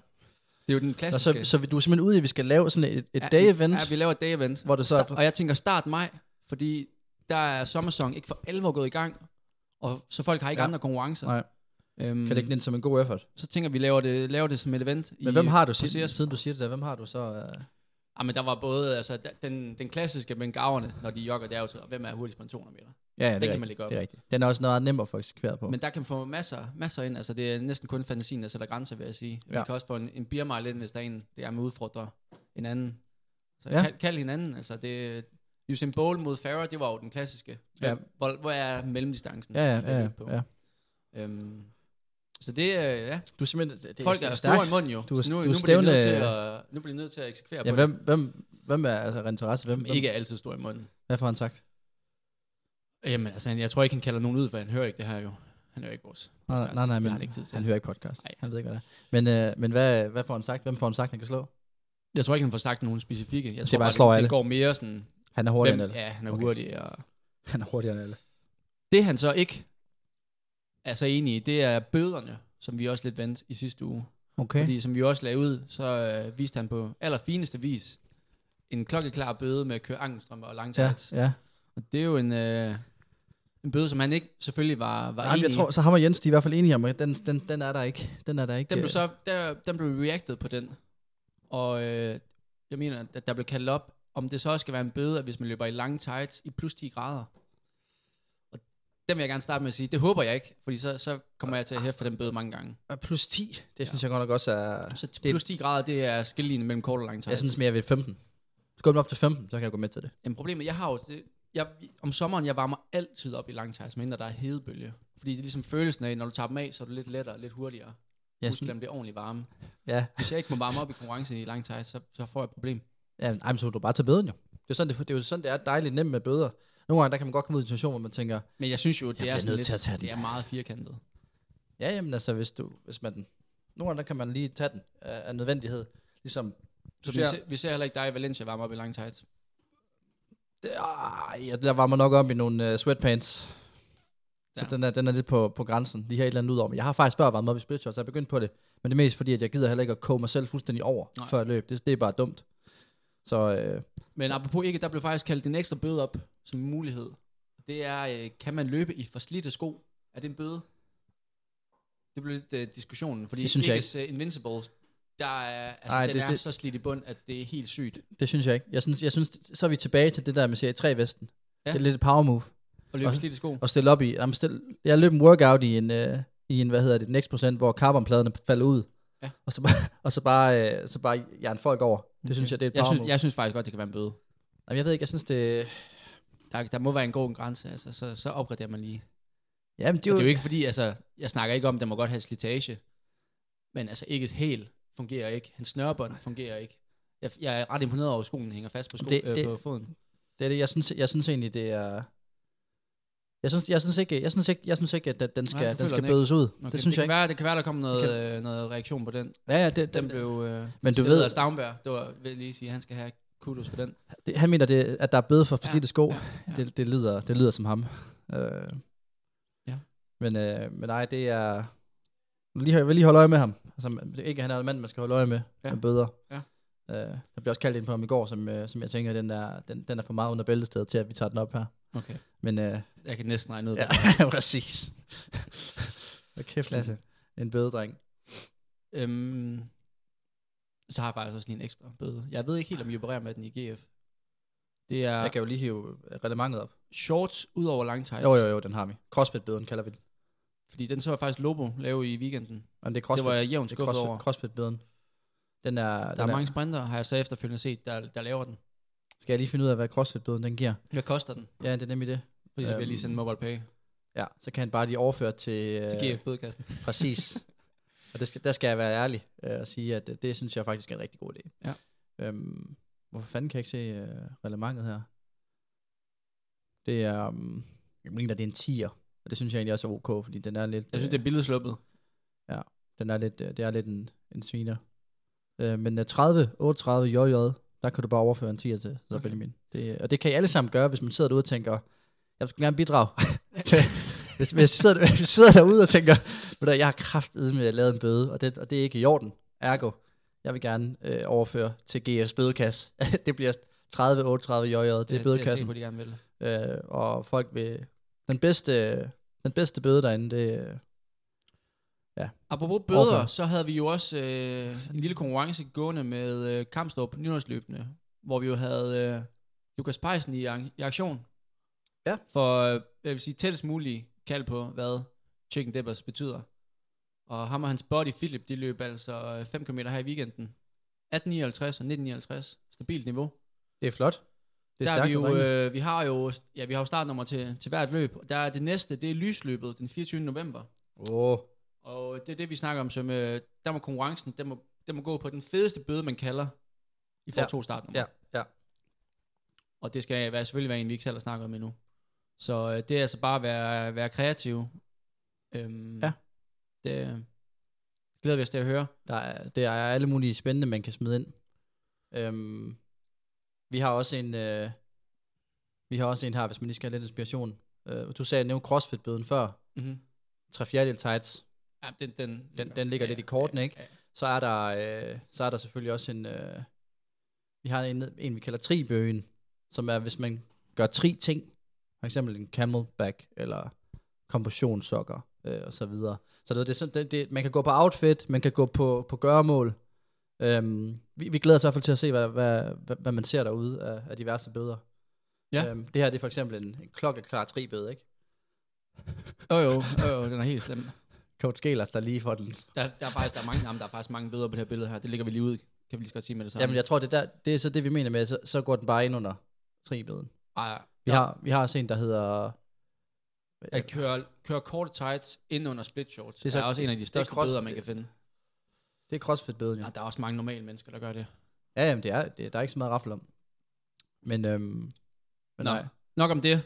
[SPEAKER 5] Det er jo den
[SPEAKER 4] Nå,
[SPEAKER 5] klassiske.
[SPEAKER 4] så, så du er simpelthen ude i, at vi skal lave sådan et, et day-event,
[SPEAKER 5] Ja, vi laver et day-event.
[SPEAKER 4] hvor det så
[SPEAKER 5] Og
[SPEAKER 4] er...
[SPEAKER 5] jeg tænker start maj, fordi der er sommersong ikke for alvor gået i gang. Og så folk har ikke ja.
[SPEAKER 4] Ja.
[SPEAKER 5] andre konkurrencer.
[SPEAKER 4] Nej.
[SPEAKER 5] Øhm,
[SPEAKER 4] Kan lægge den ind som en god effort.
[SPEAKER 5] så tænker vi, laver det, laver det som et event.
[SPEAKER 4] Men hvem har du,
[SPEAKER 5] på
[SPEAKER 4] siden,
[SPEAKER 5] Ceres.
[SPEAKER 4] siden du siger det der, hvem har du så... Uh...
[SPEAKER 5] Ja, men der var både, altså der- den, den klassiske med gaverne, når de jogger der, og hvem er hurtigst på en 200 meter.
[SPEAKER 4] Ja, ja, det,
[SPEAKER 5] kan
[SPEAKER 4] er
[SPEAKER 5] man
[SPEAKER 4] rigtigt.
[SPEAKER 5] lægge op.
[SPEAKER 4] Det er rigtigt. Den er også noget nemmere at få eksekveret på.
[SPEAKER 5] Men der kan man få masser, masser ind, altså det er næsten kun fantasien, der sætter grænser, vil jeg sige. Ja.
[SPEAKER 4] Ja.
[SPEAKER 5] Vi kan også få en, en biermejl ind, hvis der er en, der er med udfordrer en anden. Så ja.
[SPEAKER 4] Ja.
[SPEAKER 5] kald, kald hinanden, altså det, Usain Bolt mod Farah, det var jo den klassiske.
[SPEAKER 4] Ja.
[SPEAKER 5] Hvor, hvor er mellemdistancen?
[SPEAKER 4] ja, ja,
[SPEAKER 5] at
[SPEAKER 4] ja,
[SPEAKER 5] løbe på?
[SPEAKER 4] ja, ja.
[SPEAKER 5] Øhm, så det, øh, ja,
[SPEAKER 4] Du er simpelthen... Det, det
[SPEAKER 5] folk er,
[SPEAKER 4] det
[SPEAKER 5] er store i munden jo.
[SPEAKER 4] Du er-
[SPEAKER 5] så nu,
[SPEAKER 4] du er
[SPEAKER 5] nu, bliver de nødt
[SPEAKER 4] stævne-
[SPEAKER 5] til at, nu bliver de nødt til at eksekvere
[SPEAKER 4] Ja,
[SPEAKER 5] på
[SPEAKER 4] hvem, hvem, hvem er altså interesse? Hvem,
[SPEAKER 5] det.
[SPEAKER 4] hvem,
[SPEAKER 5] Ikke er altid stor i munden.
[SPEAKER 4] Hvad får han sagt?
[SPEAKER 5] Jamen, altså, han- jeg tror ikke, han kalder nogen ud, for han hører ikke det her jo. Han hører ikke vores
[SPEAKER 4] Nej, nej,
[SPEAKER 5] podcast.
[SPEAKER 4] nej, nej,
[SPEAKER 5] Det
[SPEAKER 4] men
[SPEAKER 5] har han ikke tid til.
[SPEAKER 4] han hører ikke podcast.
[SPEAKER 5] Nej.
[SPEAKER 4] Nej. Han ved ikke, hvad det er. Men, øh, men hvad, hvad får han sagt? Hvem får han sagt, han kan slå?
[SPEAKER 5] Jeg tror ikke, han får sagt nogen specifikke. Jeg
[SPEAKER 4] Det
[SPEAKER 5] tror
[SPEAKER 4] er bare
[SPEAKER 5] bare,
[SPEAKER 4] at slå
[SPEAKER 5] det,
[SPEAKER 4] alle.
[SPEAKER 5] det går mere sådan,
[SPEAKER 4] Han er hurtigere
[SPEAKER 5] hvem,
[SPEAKER 4] end alle.
[SPEAKER 5] ja, han er okay.
[SPEAKER 4] Okay.
[SPEAKER 5] hurtig. Og
[SPEAKER 4] Han er hurtigere end alle.
[SPEAKER 5] det han så ikke er så enig i, det er bøderne, som vi også lidt vendte i sidste uge.
[SPEAKER 4] Okay.
[SPEAKER 5] Fordi som vi også lagde ud, så øh, viste han på allerfineste vis en klokkeklar bøde med at køre ankelstrømper og
[SPEAKER 4] ja,
[SPEAKER 5] langtights.
[SPEAKER 4] ja.
[SPEAKER 5] Og det er jo en, øh, en bøde, som han ikke selvfølgelig var, var
[SPEAKER 4] Jamen,
[SPEAKER 5] enig
[SPEAKER 4] jeg
[SPEAKER 5] i.
[SPEAKER 4] tror, så ham og Jens, de er i hvert fald enige om, at den, den, den er der ikke. Den er der ikke.
[SPEAKER 5] Den blev
[SPEAKER 4] øh,
[SPEAKER 5] så, der, den blev reacted på den. Og øh, jeg mener, at der blev kaldt op, om det så også skal være en bøde, at hvis man løber i lange tights i plus 10 grader. Og Den vil jeg gerne starte med at sige. Det håber jeg ikke, fordi så, så kommer jeg til at hæfte for den bøde mange gange.
[SPEAKER 4] Og Øh, plus 10, det synes jeg godt nok også er...
[SPEAKER 5] Så t- plus 10 grader, det er skillelinjen mellem kort og lang
[SPEAKER 4] Jeg
[SPEAKER 5] tøj.
[SPEAKER 4] synes mere ved 15. Gå den op til 15, så kan jeg gå med til det.
[SPEAKER 5] Jamen problemet, jeg har jo, det, jeg, om sommeren, jeg varmer altid op i langtejs, mindre der er hedebølge. Fordi det er ligesom følelsen af, når du tager dem af, så er du lidt lettere, lidt hurtigere.
[SPEAKER 4] Jeg
[SPEAKER 5] Jeg
[SPEAKER 4] synes,
[SPEAKER 5] synes, det er ordentligt varme.
[SPEAKER 4] ja,
[SPEAKER 5] Hvis jeg ikke må varme op i konkurrence i langtejs, så, så får jeg et problem.
[SPEAKER 4] ja ej, men så må du bare tage bøden jo. Det er, sådan, det, det er jo sådan, det er dejligt nemt med bøder. Nogle gange der kan man godt komme ud i en situation, hvor man tænker,
[SPEAKER 5] Men jeg synes jo, det
[SPEAKER 4] bliver
[SPEAKER 5] er sådan
[SPEAKER 4] nødt
[SPEAKER 5] lidt,
[SPEAKER 4] til at tage den.
[SPEAKER 5] det er meget firkantet.
[SPEAKER 4] ja, jamen altså, hvis, du, hvis man... Nogle gange der kan man lige tage den af, af nødvendighed. Ligesom,
[SPEAKER 5] Så
[SPEAKER 4] du
[SPEAKER 5] vi,
[SPEAKER 4] ser,
[SPEAKER 5] ser, vi ser heller ikke dig i Valencia varme op i langtejs.
[SPEAKER 4] ah, ja, der var man nok op i nogle uh, sweatpants. Så
[SPEAKER 5] Ja.
[SPEAKER 4] den, er, den er lidt på, på grænsen. Lige her et eller andet ud over. Jeg har faktisk før varmet op i splitshot, så jeg er begyndt på det. Men det er mest fordi, at jeg gider heller ikke at koge mig selv fuldstændig over,
[SPEAKER 5] Nej.
[SPEAKER 4] Nej. før jeg løb. Det, det er bare dumt. Så øh,
[SPEAKER 5] Men apropos ikke, der blev faktisk kaldt en ekstra bøde op som en mulighed. Det er, øh, kan man løbe i forslidte sko? Er det en bøde? Det blev lidt øh, diskussionen, fordi
[SPEAKER 4] Det synes jeg
[SPEAKER 5] Ikke's, øh, Invincibles, der er, altså,
[SPEAKER 4] Ej,
[SPEAKER 5] den
[SPEAKER 4] det-
[SPEAKER 5] er
[SPEAKER 4] det-
[SPEAKER 5] så slidt i bund, at det er helt sygt
[SPEAKER 4] det synes jeg ikke. Jeg synes, jeg synes, så er vi tilbage til det der med serie 3-vesten.
[SPEAKER 5] Ja.
[SPEAKER 4] Ja. Det er lidt et power move.
[SPEAKER 5] at løbe i
[SPEAKER 4] Og-
[SPEAKER 5] slidte sko.
[SPEAKER 4] at stille op i. Jamen, stille, jeg løb en workout i en, øh, i en hvad hedder det, den procent, hvor carbonpladerne falder ud.
[SPEAKER 5] Ja.
[SPEAKER 4] Og så bare, og så bare, øh, så bare jern folk over. Det okay. synes jeg, det er et
[SPEAKER 5] jeg
[SPEAKER 4] power
[SPEAKER 5] synes,
[SPEAKER 4] move.
[SPEAKER 5] jeg synes faktisk godt, det kan være en bøde.
[SPEAKER 4] Jamen, jeg ved ikke, jeg synes det...
[SPEAKER 5] Der, der må være en god grænse, altså, så, så opgraderer man lige.
[SPEAKER 4] Jamen, det
[SPEAKER 5] Det er, jo, det er jo ikke fordi, altså, jeg snakker ikke om, at den må godt have slitage, men altså ikke helt fungerer ikke. Hans snørebånd fungerer ikke. Jeg, jeg er ret imponeret over, at skoen hænger fast på, sko, det,
[SPEAKER 4] Det-
[SPEAKER 5] øh,
[SPEAKER 4] det-
[SPEAKER 5] på foden.
[SPEAKER 4] Det er det, jeg synes, jeg synes egentlig, det er... Jeg synes, jeg synes ikke, jeg synes ikke, jeg synes ikke, at den- den skal,
[SPEAKER 5] du
[SPEAKER 4] den
[SPEAKER 5] føler
[SPEAKER 4] skal
[SPEAKER 5] den ikke.
[SPEAKER 4] bødes ud. Okay,
[SPEAKER 5] Okay,
[SPEAKER 4] det synes
[SPEAKER 5] det
[SPEAKER 4] jeg
[SPEAKER 5] kan
[SPEAKER 4] ikke.
[SPEAKER 5] Være, det kan være, der kom noget, øh, noget reaktion på den.
[SPEAKER 4] Ja, ja, det,
[SPEAKER 5] Den
[SPEAKER 4] den,
[SPEAKER 5] blev øh,
[SPEAKER 4] men du
[SPEAKER 5] det
[SPEAKER 4] ved,
[SPEAKER 5] ved, Stavnberg. Det var, vil jeg lige sige, han skal have kudos for den.
[SPEAKER 4] det, han mener, det, at der er bøde for forslidte sko.
[SPEAKER 5] ja, ja.
[SPEAKER 4] Det, det, lyder, det lyder som ham. Øh.
[SPEAKER 5] Ja.
[SPEAKER 4] Men, øh, men nej, det er... Lige, jeg vil lige holde øje med ham. Altså, man- det er ikke, han er en mand, man skal holde øje med.
[SPEAKER 5] Ja.
[SPEAKER 4] Ja. Med bøder.
[SPEAKER 5] Ja.
[SPEAKER 4] Øh, der blev også kaldt ind på ham i går, som, øh, som jeg tænker, den er, den, den er for meget under bæltestedet til, at vi tager den op her.
[SPEAKER 5] Okay.
[SPEAKER 4] Men øh,
[SPEAKER 5] Jeg kan næsten regne ud. Ja.
[SPEAKER 4] ja, præcis. Hvad kæft,
[SPEAKER 5] Klasse.
[SPEAKER 4] Klasse. en bødedreng.
[SPEAKER 5] Øhm, så har jeg faktisk også lige en ekstra bøde. Jeg ved ikke helt, om vi opererer med den i GF. Det er
[SPEAKER 4] Jeg kan jo lige hive relevantet op.
[SPEAKER 5] shorts ud over langtights.
[SPEAKER 4] Jo, jo, jo, den har vi. Crossfit-bøden kalder vi den.
[SPEAKER 5] Fordi den så jeg faktisk Lobo lave i weekenden.
[SPEAKER 4] Jamen, det er
[SPEAKER 5] Crossfit.
[SPEAKER 4] crossfit.
[SPEAKER 5] Det var jeg jævnt
[SPEAKER 4] det er
[SPEAKER 5] skuffet over.
[SPEAKER 4] crossfit, crossfit-bøden. Den er,
[SPEAKER 5] Der er
[SPEAKER 4] den
[SPEAKER 5] mange sprinter, har jeg så efterfølgende set, der, der laver den.
[SPEAKER 4] Skal jeg lige finde ud af, hvad crossfit-bøden den giver?
[SPEAKER 5] Hvad koster den?
[SPEAKER 4] Ja, det er nemlig det.
[SPEAKER 5] Fordi så vil jeg
[SPEAKER 4] Øhm,
[SPEAKER 5] lige sende mobile pay
[SPEAKER 4] Ja, så kan han bare lige overføre til... Øh,
[SPEAKER 5] til GF bødekassen.
[SPEAKER 4] Præcis. og det skal, der skal jeg være ærlig øh, og sige, at det, det synes jeg faktisk er en rigtig god idé.
[SPEAKER 5] Ja.
[SPEAKER 4] Øhm, hvorfor fanden kan jeg ikke se øh, relevantet her? Det er... Um, jeg mener, det er en 10'er. Og det synes jeg egentlig også er ok, fordi den er lidt...
[SPEAKER 5] Jeg synes, det er billedsluppet.
[SPEAKER 4] den er lidt, øh, det er lidt en, en sviner. Øh, men øh, 30, 38 JJ, der kan du bare overføre en 10'er til, så
[SPEAKER 5] Okay.
[SPEAKER 4] okay. Benjamin. Det, øh, og det kan I alle sammen gøre, hvis man sidder derude og tænker, jeg skulle gerne bidrage til, hvis, hvis, I sidder, hvis I sidder derude og tænker, ved du, hvad, jeg har kraftedet med at lave en bøde, og det, og det er ikke i orden. Ergo, jeg vil gerne øh, overføre til GS bødekasse. det bliver 30, 38 JJ, det, det er
[SPEAKER 5] Det er jeg sikker
[SPEAKER 4] bødekassen.
[SPEAKER 5] på, de gerne vil.
[SPEAKER 4] øh, og folk vil... Den bedste, den bedste bøde derinde, det, øh,
[SPEAKER 5] Apropos bøder, Hvorfor?
[SPEAKER 4] Overfor.
[SPEAKER 5] så havde vi jo også øh, en lille konkurrence gående med øh, Kamstrup nyårsløbende, hvor vi jo havde øh, Lukas Pejsen i, ang- i aktion.
[SPEAKER 4] Ja.
[SPEAKER 5] For, øh, jeg vil sige, tættest muligt kald på, hvad Chicken Dippers betyder. Og ham og hans buddy Philip, de løb altså 5 km her i weekenden. 18.59 og 19.59. Stabilt niveau.
[SPEAKER 4] det er flot. Det
[SPEAKER 5] Det
[SPEAKER 4] er
[SPEAKER 5] er der er
[SPEAKER 4] stærkt,
[SPEAKER 5] vi, jo,
[SPEAKER 4] drenge.
[SPEAKER 5] øh, vi har jo, ja, vi har jo startnummer til, til hvert løb. Der er det næste, det er lysløbet den 24. november.
[SPEAKER 4] Åh,
[SPEAKER 5] Og det er det, vi snakker om, som øh, der må konkurrencen, den må, den må gå på den fedeste bøde, man kalder i får
[SPEAKER 4] Ja.
[SPEAKER 5] to startnummer.
[SPEAKER 4] ja, ja.
[SPEAKER 5] Og det skal være, selvfølgelig være en, vi ikke selv har snakket om endnu. Så øh, det er altså bare at være, være kreativ. Øhm,
[SPEAKER 4] Ja.
[SPEAKER 5] Det øh, glæder vi os til at høre.
[SPEAKER 4] Der er, der er alle mulige spændende, man kan smide ind. Øhm, vi har også en, øh, vi har også en her, hvis man lige skal have lidt inspiration. Øh, du sagde, nævnte CrossFit-bøden før.
[SPEAKER 5] Mm-hmm.
[SPEAKER 4] 3 fjerdedel tights.
[SPEAKER 5] Ja, den, den,
[SPEAKER 4] Den- den ligger lidt i kortene, ikke? Så er der, øh, så er der selvfølgelig også en, øh, vi har en, en vi kalder tribøgen, som er, hvis man gør tre ting, for eksempel en camelback, eller kompressionssokker, øh, og så videre. Så det, det, er sådan- det, det, man kan gå på outfit, man kan gå på, på gøremål. Øhm, vi, vi glæder os i hvert fald til at se, hvad, hvad, hvad, hvad man ser derude af, af diverse bøder.
[SPEAKER 5] Ja.
[SPEAKER 4] Øhm, det her det er for eksempel en, en klokkeklar tribøde, ikke?
[SPEAKER 5] Jo, jo, jo, jo, den er helt slem.
[SPEAKER 4] Coach Gelert, der lige får den.
[SPEAKER 5] Der, der, er faktisk, der, er mange, jamen, der er faktisk mange billeder på det her billede her. Det ligger vi lige ud, kan vi lige så godt sige med det samme.
[SPEAKER 4] Jamen, jeg tror, det, der, det er så det, vi mener med, så, så går den bare ind under tribeden.
[SPEAKER 5] Ej,
[SPEAKER 4] Vi, har, vi har også en, der hedder... øh,
[SPEAKER 5] At køre, køre korte tights ind under split shorts, det er,
[SPEAKER 4] er så-
[SPEAKER 5] så, er også en af de største
[SPEAKER 4] krop-
[SPEAKER 5] bøder, man
[SPEAKER 4] det-
[SPEAKER 5] kan finde.
[SPEAKER 4] Det er crossfit-bøden, jo.
[SPEAKER 5] Ja, der er også mange normale mennesker, der gør det.
[SPEAKER 4] Ja, jamen, det er, det, der er ikke så meget raffel om. Men, øhm, men
[SPEAKER 5] Nå,
[SPEAKER 4] nej.
[SPEAKER 5] nok om det.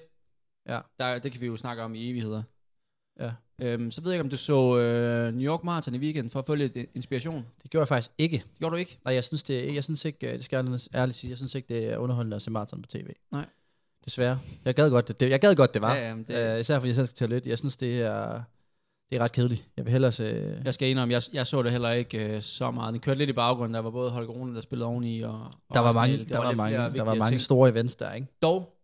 [SPEAKER 4] Ja.
[SPEAKER 5] Der, det kan vi jo snakke om i evigheder.
[SPEAKER 4] Ja.
[SPEAKER 5] Øhm, så ved jeg ikke, om du så øh, New York Marathon i weekenden for at få lidt øh, inspiration.
[SPEAKER 4] Det gjorde jeg faktisk ikke.
[SPEAKER 5] Det gjorde du ikke?
[SPEAKER 4] Nej, jeg synes, det, jeg synes ikke, øh, det skal jeg ærligt- ærligt sige, jeg synes ikke, det er underholdende at se maraton på tv.
[SPEAKER 5] Nej.
[SPEAKER 4] Desværre. Jeg gad godt, det, det, jeg gad godt, det var.
[SPEAKER 5] Ja, ja, men det-
[SPEAKER 4] Øh, især fordi jeg selv skal til at lytte. Jeg synes, det er, det er ret kedeligt. Jeg vil hellere se... Ja.
[SPEAKER 5] Jeg skal indrømme, jeg, jeg så det heller ikke øh, så meget. Den kørte lidt i baggrunden. Der var både Holger Rune, der spillede oveni, og, og
[SPEAKER 4] Der var
[SPEAKER 5] Arsenal.
[SPEAKER 4] mange,
[SPEAKER 5] Det
[SPEAKER 4] der var
[SPEAKER 5] lidt
[SPEAKER 4] mange,
[SPEAKER 5] flere
[SPEAKER 4] der var
[SPEAKER 5] vigtige
[SPEAKER 4] mange
[SPEAKER 5] ting.
[SPEAKER 4] store events der, ikke?
[SPEAKER 5] Dog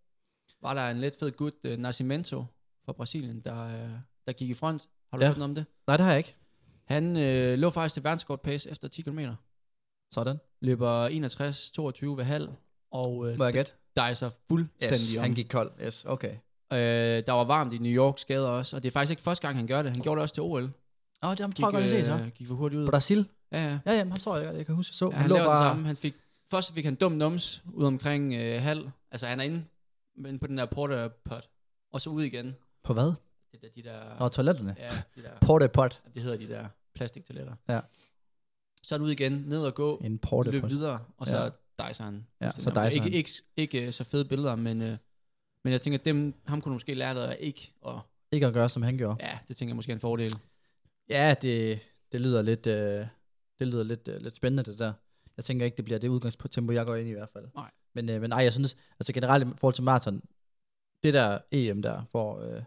[SPEAKER 5] var der en lidt fed gut, uh, Nascimento fra Brasilien, der, uh, der gik i front. Har du
[SPEAKER 4] Ja.
[SPEAKER 5] hørt noget om det?
[SPEAKER 4] Nej, det har jeg ikke.
[SPEAKER 5] Han uh, lå faktisk til verdenskort pace efter 10 km.
[SPEAKER 4] Sådan.
[SPEAKER 5] Løber 61-22 ved halv, og uh,
[SPEAKER 4] Må jeg gætte?
[SPEAKER 5] dejser fuldstændig
[SPEAKER 4] Yes,
[SPEAKER 5] om.
[SPEAKER 4] han gik kold. Yes, okay.
[SPEAKER 5] Uh, der var varmt i New York, skader også, og det er faktisk ikke første gang, han gør det. Han gjorde det også til OL.
[SPEAKER 4] Åh, oh, det er ham,
[SPEAKER 5] Gik,
[SPEAKER 4] tror jeg godt, jeg se, så.
[SPEAKER 5] øh, gik for hurtigt ud.
[SPEAKER 4] Brasil.
[SPEAKER 5] Ja, ja.
[SPEAKER 4] Ja, jamen, ham tror jeg godt, jeg kan huske, jeg så.
[SPEAKER 5] Ja, han
[SPEAKER 4] lå
[SPEAKER 5] laver bare... det
[SPEAKER 4] bare-
[SPEAKER 5] samme. Han fik, først fik han dum nums ud omkring øh, halv. Altså, han er inde men på den der porter pot. Og så ud igen.
[SPEAKER 4] På hvad?
[SPEAKER 5] Det der, de der...
[SPEAKER 4] Nå, toiletterne.
[SPEAKER 5] Ja, de der,
[SPEAKER 4] Porte pot.
[SPEAKER 5] det hedder de der plastiktoiletter.
[SPEAKER 4] Ja.
[SPEAKER 5] Så er han ud igen, ned og gå,
[SPEAKER 4] En porte
[SPEAKER 5] løb
[SPEAKER 4] pot.
[SPEAKER 5] videre, og så
[SPEAKER 4] Ja.
[SPEAKER 5] ja. dejser han.
[SPEAKER 4] Ja,
[SPEAKER 5] Sådan
[SPEAKER 4] så
[SPEAKER 5] der.
[SPEAKER 4] dejser
[SPEAKER 5] altså, ikke,
[SPEAKER 4] han.
[SPEAKER 5] Ikke, ikke, øh, så fede billeder, men, øh, men jeg tænker, at dem, ham kunne du måske lære dig ikke. Og
[SPEAKER 4] Ikke at gøre, som han gjorde.
[SPEAKER 5] ja, det tænker jeg måske er en fordel.
[SPEAKER 4] Ja, det, det lyder lidt, øh, det lyder lidt, øh, lidt spændende, det der. Jeg tænker ikke, det bliver det udgangstempo, jeg går ind i i hvert fald.
[SPEAKER 5] Nej.
[SPEAKER 4] Men, øh, men ej, jeg synes, altså generelt i forhold til maraton, det der EM der, hvor øh,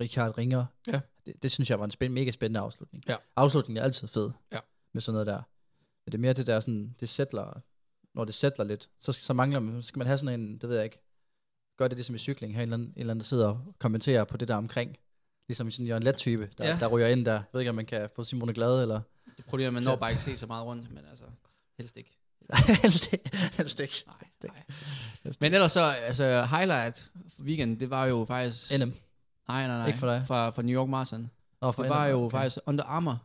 [SPEAKER 4] Richard ringer,
[SPEAKER 5] Ja.
[SPEAKER 4] det, det, synes jeg var en spænd, mega spændende afslutning.
[SPEAKER 5] Ja.
[SPEAKER 4] Afslutningen er altid fed
[SPEAKER 5] Ja.
[SPEAKER 4] med sådan noget der. Men det er mere det der, sådan, det sætler, når det sætler lidt, så, så mangler man, så skal man have sådan en, det ved jeg ikke, gør det ligesom i cykling, her en eller anden, en eller anden der sidder og kommenterer på det der omkring, ligesom sådan en Jørgen Let-type, der,
[SPEAKER 5] Ja.
[SPEAKER 4] ja. der ryger ind der. Jeg ved ikke, om man kan få Simone Glade, eller...
[SPEAKER 5] Det problemer, man
[SPEAKER 4] Så-
[SPEAKER 5] når bare ikke se så meget rundt, men altså, helst ikke.
[SPEAKER 4] helst ikke. Helst ikke.
[SPEAKER 5] Nej, nej. Men ellers så, altså highlight for weekenden, det var jo faktisk...
[SPEAKER 4] NM.
[SPEAKER 5] Nej, nej, nej.
[SPEAKER 4] Ikke for dig.
[SPEAKER 5] Fra, fra New York Marathon.
[SPEAKER 4] Og
[SPEAKER 5] Det var jo faktisk Under Armour,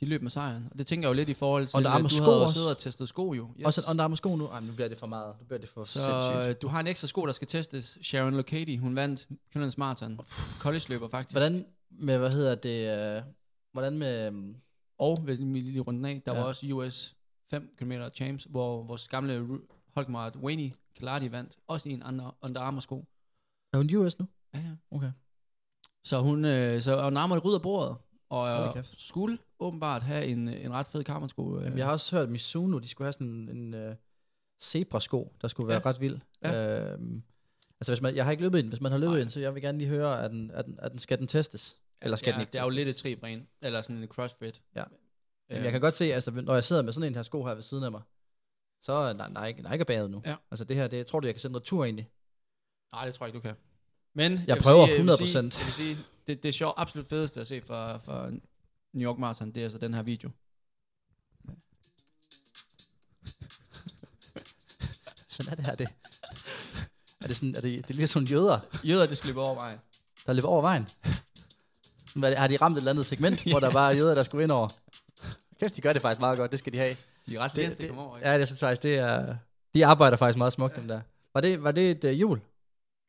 [SPEAKER 5] de løb med sejren. Og det tænker jeg jo lidt i forhold til,
[SPEAKER 4] Under
[SPEAKER 5] at
[SPEAKER 4] Armour
[SPEAKER 5] du
[SPEAKER 4] sko
[SPEAKER 5] havde
[SPEAKER 4] også.
[SPEAKER 5] siddet og testet sko jo. Yes.
[SPEAKER 4] Også en Under Armour sko nu. Ej, men nu bliver det for meget. Nu bliver det for
[SPEAKER 5] så
[SPEAKER 4] sindssygt.
[SPEAKER 5] øh, du har en ekstra sko, der skal testes. Sharon Locady, hun vandt Kvindernes Marathon. College-løber faktisk.
[SPEAKER 4] Hvordan med, hvad hedder det... Øh, hvordan med... øhm,
[SPEAKER 5] Og hvis vi lige runder den af, der
[SPEAKER 4] Ja.
[SPEAKER 5] var også US 5 km champs, hvor vores gamle Ru- Holkmar Wayne Kaladi vandt. Også i en Under, under Armour sko.
[SPEAKER 4] Er hun i US nu?
[SPEAKER 5] Ja, ja.
[SPEAKER 4] Okay.
[SPEAKER 5] Så hun, øh, så og Narmer rydder bordet, og
[SPEAKER 4] Hold da
[SPEAKER 5] øh,
[SPEAKER 4] kæft.
[SPEAKER 5] skulle åbenbart have en, øh, en ret fed karmansko. Øh.
[SPEAKER 4] Jamen, jeg har også hørt, at Mizuno, de skulle have sådan en, en øh, zebra-sko, der skulle være
[SPEAKER 5] Ja.
[SPEAKER 4] ret vild. Ja. Øhm, altså, hvis man, jeg har ikke løbet ind. Hvis man har løbet
[SPEAKER 5] Nej.
[SPEAKER 4] ind, så jeg vil gerne lige høre, at den, at den, at den skal den testes. Eller skal
[SPEAKER 5] ja,
[SPEAKER 4] den ikke
[SPEAKER 5] det er jo
[SPEAKER 4] testes?
[SPEAKER 5] lidt et tribren, eller sådan en crossfit.
[SPEAKER 4] Ja.
[SPEAKER 5] Øh,
[SPEAKER 4] Jamen, jeg kan godt se, altså, når jeg sidder med sådan en her sko her ved siden af mig, så er nej, nej, nej, ikke baget nu.
[SPEAKER 5] Ja.
[SPEAKER 4] Altså det her, det tror du, jeg kan sende retur egentlig?
[SPEAKER 5] Nej, det tror jeg ikke, du kan. Men jeg, vil
[SPEAKER 4] prøver
[SPEAKER 5] sige, jeg vil sige-
[SPEAKER 4] 100%.
[SPEAKER 5] Jeg vil sige, det, det er sjovt, absolut fedeste at se fra, fra New York Marathon, det er altså den her video.
[SPEAKER 4] Sådan er det her, det. er det sådan, er det, det er lige sådan jøder,
[SPEAKER 5] Jøder, det slipper over mig.
[SPEAKER 4] der løber over vejen? Hvad, er det- har de ramt et eller andet segment, hvor der bare er jøder, der skulle ind over? Kæft, de gør det faktisk meget godt, det skal de have.
[SPEAKER 5] De er ret
[SPEAKER 4] Det,
[SPEAKER 5] det, det, kommer over. Ja.
[SPEAKER 4] ja, det synes faktisk, det er, de arbejder faktisk meget smukt, dem der. Var det, var det et øh, jul?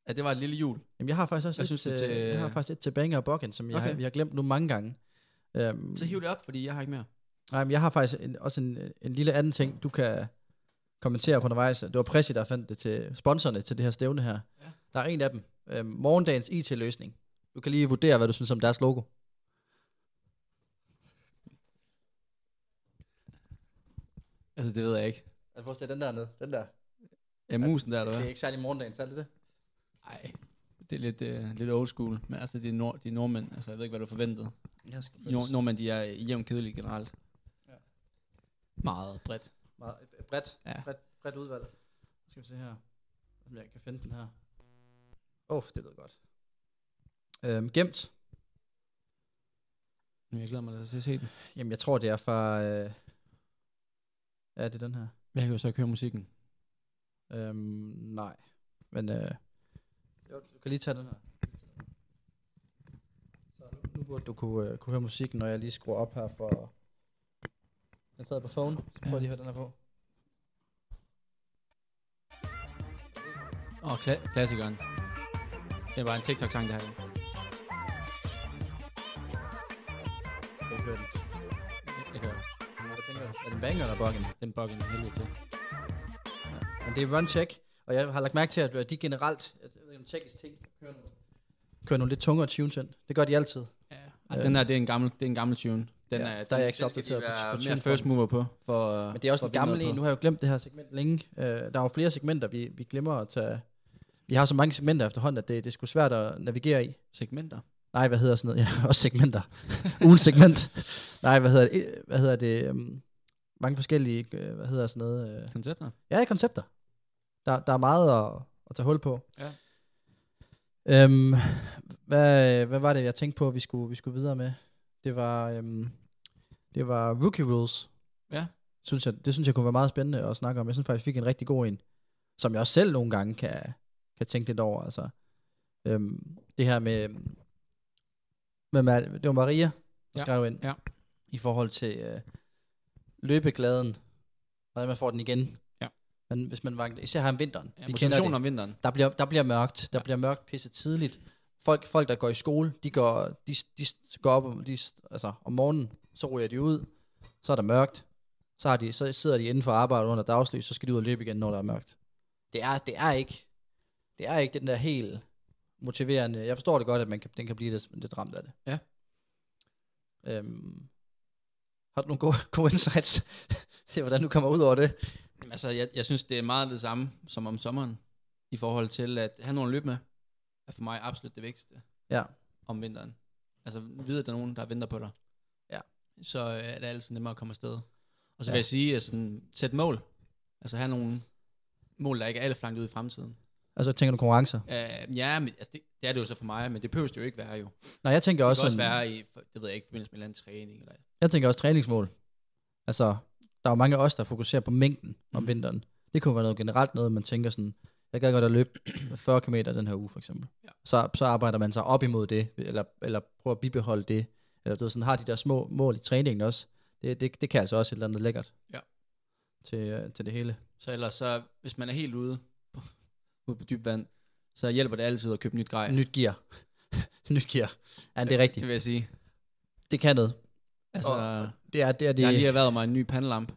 [SPEAKER 5] ja, det var et lille jul.
[SPEAKER 4] Jamen, jeg har faktisk også
[SPEAKER 5] Jeg
[SPEAKER 4] et,
[SPEAKER 5] synes,
[SPEAKER 4] synes,
[SPEAKER 5] det er
[SPEAKER 4] til,
[SPEAKER 5] til-
[SPEAKER 4] jeg har faktisk et til Banger og Bokken, som jeg,
[SPEAKER 5] Okay.
[SPEAKER 4] har, jeg har glemt nu mange gange. Um,
[SPEAKER 5] Så hiv det op, fordi jeg har ikke mere.
[SPEAKER 4] Nej, men jeg har faktisk en, også en, en lille anden ting, du kan kommentere på undervejs. Det var Pressi, der fandt det til sponsorerne til det her stævne her. Ja. Der er en af dem. Øh, morgendagens IT-løsning. Du kan lige vurdere, hvad du synes om deres logo.
[SPEAKER 5] Altså, det ved jeg ikke.
[SPEAKER 4] Altså, prøv at se den der ned. Den der.
[SPEAKER 5] Ja, musen der, eller
[SPEAKER 4] Det er
[SPEAKER 5] hvad?
[SPEAKER 4] ikke særlig morgendagens, er det det?
[SPEAKER 5] Nej, det er lidt, øh, lidt old school. Men altså, det er, nord, de er nordmænd. Altså, jeg ved ikke, hvad du forventede.
[SPEAKER 4] Jeg skal
[SPEAKER 5] Nord, nordmænd, de er jævnt kedelige generelt.
[SPEAKER 4] Ja.
[SPEAKER 5] Ja. Meget bredt.
[SPEAKER 4] Meget øh, bredt,
[SPEAKER 5] Ja.
[SPEAKER 4] bredt, bredt udvalg. Nu Skal vi se her, om jeg kan finde den her. Åh, oh, det lyder godt. Øhm, gemt.
[SPEAKER 5] Men jeg glæder mig da til at se den.
[SPEAKER 4] Jamen, jeg tror, det er fra... Øh... Ja, det er den her.
[SPEAKER 5] Jeg kan jo så ikke høre musikken.
[SPEAKER 4] Øhm, nej. Men øh, jo, du kan lige tage den her. Så nu. burde du kunne, øh, kunne høre musikken, når jeg lige skruer op her for... Jeg sad på phone. Så prøv lige at høre den her på.
[SPEAKER 5] Åh, oh, kla- klassikeren. Det er bare en TikTok-sang, det her.
[SPEAKER 4] Jeg hører den.
[SPEAKER 5] Jeg kan høre.
[SPEAKER 4] Jeg tænker, er den banger eller buggen?
[SPEAKER 5] Den bug i helvede til.
[SPEAKER 4] Men det er run check, og jeg har lagt mærke til, at øh, de generelt, jeg ved ikke om check is ting, kører nogle, kører nogle lidt tungere tunes ind. Det gør de altid.
[SPEAKER 5] Ja. Og den her, det er en gammel, det er en gammel tune. Den
[SPEAKER 4] Øh. Ja,
[SPEAKER 5] er,
[SPEAKER 4] der er jeg ikke så
[SPEAKER 5] den skal de
[SPEAKER 4] opdateret på-
[SPEAKER 5] være
[SPEAKER 4] på
[SPEAKER 5] mere
[SPEAKER 4] tuneformen.
[SPEAKER 5] first mover på. For,
[SPEAKER 4] Men det er også
[SPEAKER 5] for
[SPEAKER 4] en
[SPEAKER 5] at vinde
[SPEAKER 4] gammel
[SPEAKER 5] noget
[SPEAKER 4] en.
[SPEAKER 5] på.
[SPEAKER 4] Nu har jeg jo glemt det her segment længe. Øh, der er jo flere segmenter, vi, vi glemmer at tage. Vi har så mange segmenter efterhånden, at det, det er sgu svært at navigere i.
[SPEAKER 5] Segmenter.
[SPEAKER 4] Nej, hvad hedder sådan noget? Ja, også segmenter. Ugens segment. Nej, hvad hedder det? Hvad hedder det? øhm, Mange forskellige, øh, hvad hedder sådan noget? øh,
[SPEAKER 5] Koncepter.
[SPEAKER 4] Ja, koncepter. Der, der er meget at, at tage hul på.
[SPEAKER 5] Ja.
[SPEAKER 4] Øhm, hvad, hvad var det, jeg tænkte på, vi skulle, vi skulle videre med? Det var, øhm, det var rookie rules.
[SPEAKER 5] Ja.
[SPEAKER 4] Synes jeg, det synes jeg kunne være meget spændende at snakke om. Jeg synes faktisk, vi fik en rigtig god en, som jeg også selv nogle gange kan, kan tænke lidt over. Altså, øhm, det her med, med, Ma- det var Maria, der
[SPEAKER 5] Ja,
[SPEAKER 4] skrev ind,
[SPEAKER 5] ja.
[SPEAKER 4] i forhold til øh, løbeglæden, hvordan man får den igen.
[SPEAKER 5] Ja.
[SPEAKER 4] Men hvis man var, især her om vinteren,
[SPEAKER 5] Ja,
[SPEAKER 4] vi kender
[SPEAKER 5] motivation
[SPEAKER 4] det.
[SPEAKER 5] om vinteren.
[SPEAKER 4] Der bliver, der bliver mørkt, der
[SPEAKER 5] Ja.
[SPEAKER 4] ja. bliver mørkt pisse tidligt. Folk, folk, der går i skole, de går, de, de går op om, de, altså, om morgenen, så ryger de ud, så er der mørkt, så, har de, så sidder de inden for arbejde under dagslys, så skal de ud og løbe igen, når der er mørkt. Det er, det er ikke, det er ikke den der helt motiverende, jeg forstår det godt, at man kan, den kan blive lidt, lidt ramt af det.
[SPEAKER 5] Ja.
[SPEAKER 4] Øhm, har du nogle gode, gode insights til, hvordan du kommer ud over det?
[SPEAKER 5] Jamen, Altså, jeg, jeg synes, det er meget det samme som om sommeren, i forhold til at have nogen at løbe med, er for mig absolut det vigtigste
[SPEAKER 4] Ja.
[SPEAKER 5] om vinteren. Altså, vide, at der er nogen, der venter på dig.
[SPEAKER 4] Ja.
[SPEAKER 5] Så øh, er det altid nemmere at komme afsted. Og så
[SPEAKER 4] Ja.
[SPEAKER 5] vil jeg sige, at sådan, sæt mål. Altså, have nogle mål, der ikke er alt for langt ud i fremtiden.
[SPEAKER 4] Altså, tænker du konkurrencer?
[SPEAKER 5] Uh, ja, men, altså, det, det, er det jo så for mig, men det behøver det jo ikke være jo. Det
[SPEAKER 4] Nej, jeg tænker
[SPEAKER 5] kan
[SPEAKER 4] også,
[SPEAKER 5] også, også
[SPEAKER 4] sådan-
[SPEAKER 5] være i, for- det ved jeg ikke, i forbindelse med en eller anden træning. Eller,
[SPEAKER 4] Jeg tænker også træningsmål. Altså, der er jo mange af os, der fokuserer på mængden mm. om
[SPEAKER 5] Mhm.
[SPEAKER 4] vinteren. Det kunne være noget generelt noget, man tænker sådan, jeg gad godt at løbe 40 km den her uge, for eksempel.
[SPEAKER 5] Ja.
[SPEAKER 4] Ja. Så, så arbejder man sig op imod det, eller, eller prøver at bibeholde det. Eller du ved, sådan har de der små mål i træningen også. Det, det, det kan altså også et eller andet lækkert
[SPEAKER 5] Ja.
[SPEAKER 4] til, øh, til det hele.
[SPEAKER 5] Så ellers, så, hvis man er helt ude på, ude på dyb vand, så hjælper det altid at købe nyt grej.
[SPEAKER 4] Nyt gear. Nyt gear. Ja, det er rigtigt.
[SPEAKER 5] Det vil jeg sige.
[SPEAKER 4] Det kan noget.
[SPEAKER 5] Altså,
[SPEAKER 4] Og- Det er, det er,
[SPEAKER 5] det...
[SPEAKER 4] det
[SPEAKER 5] jeg har lige
[SPEAKER 4] er.
[SPEAKER 5] erhvervet mig en ny pandelamp.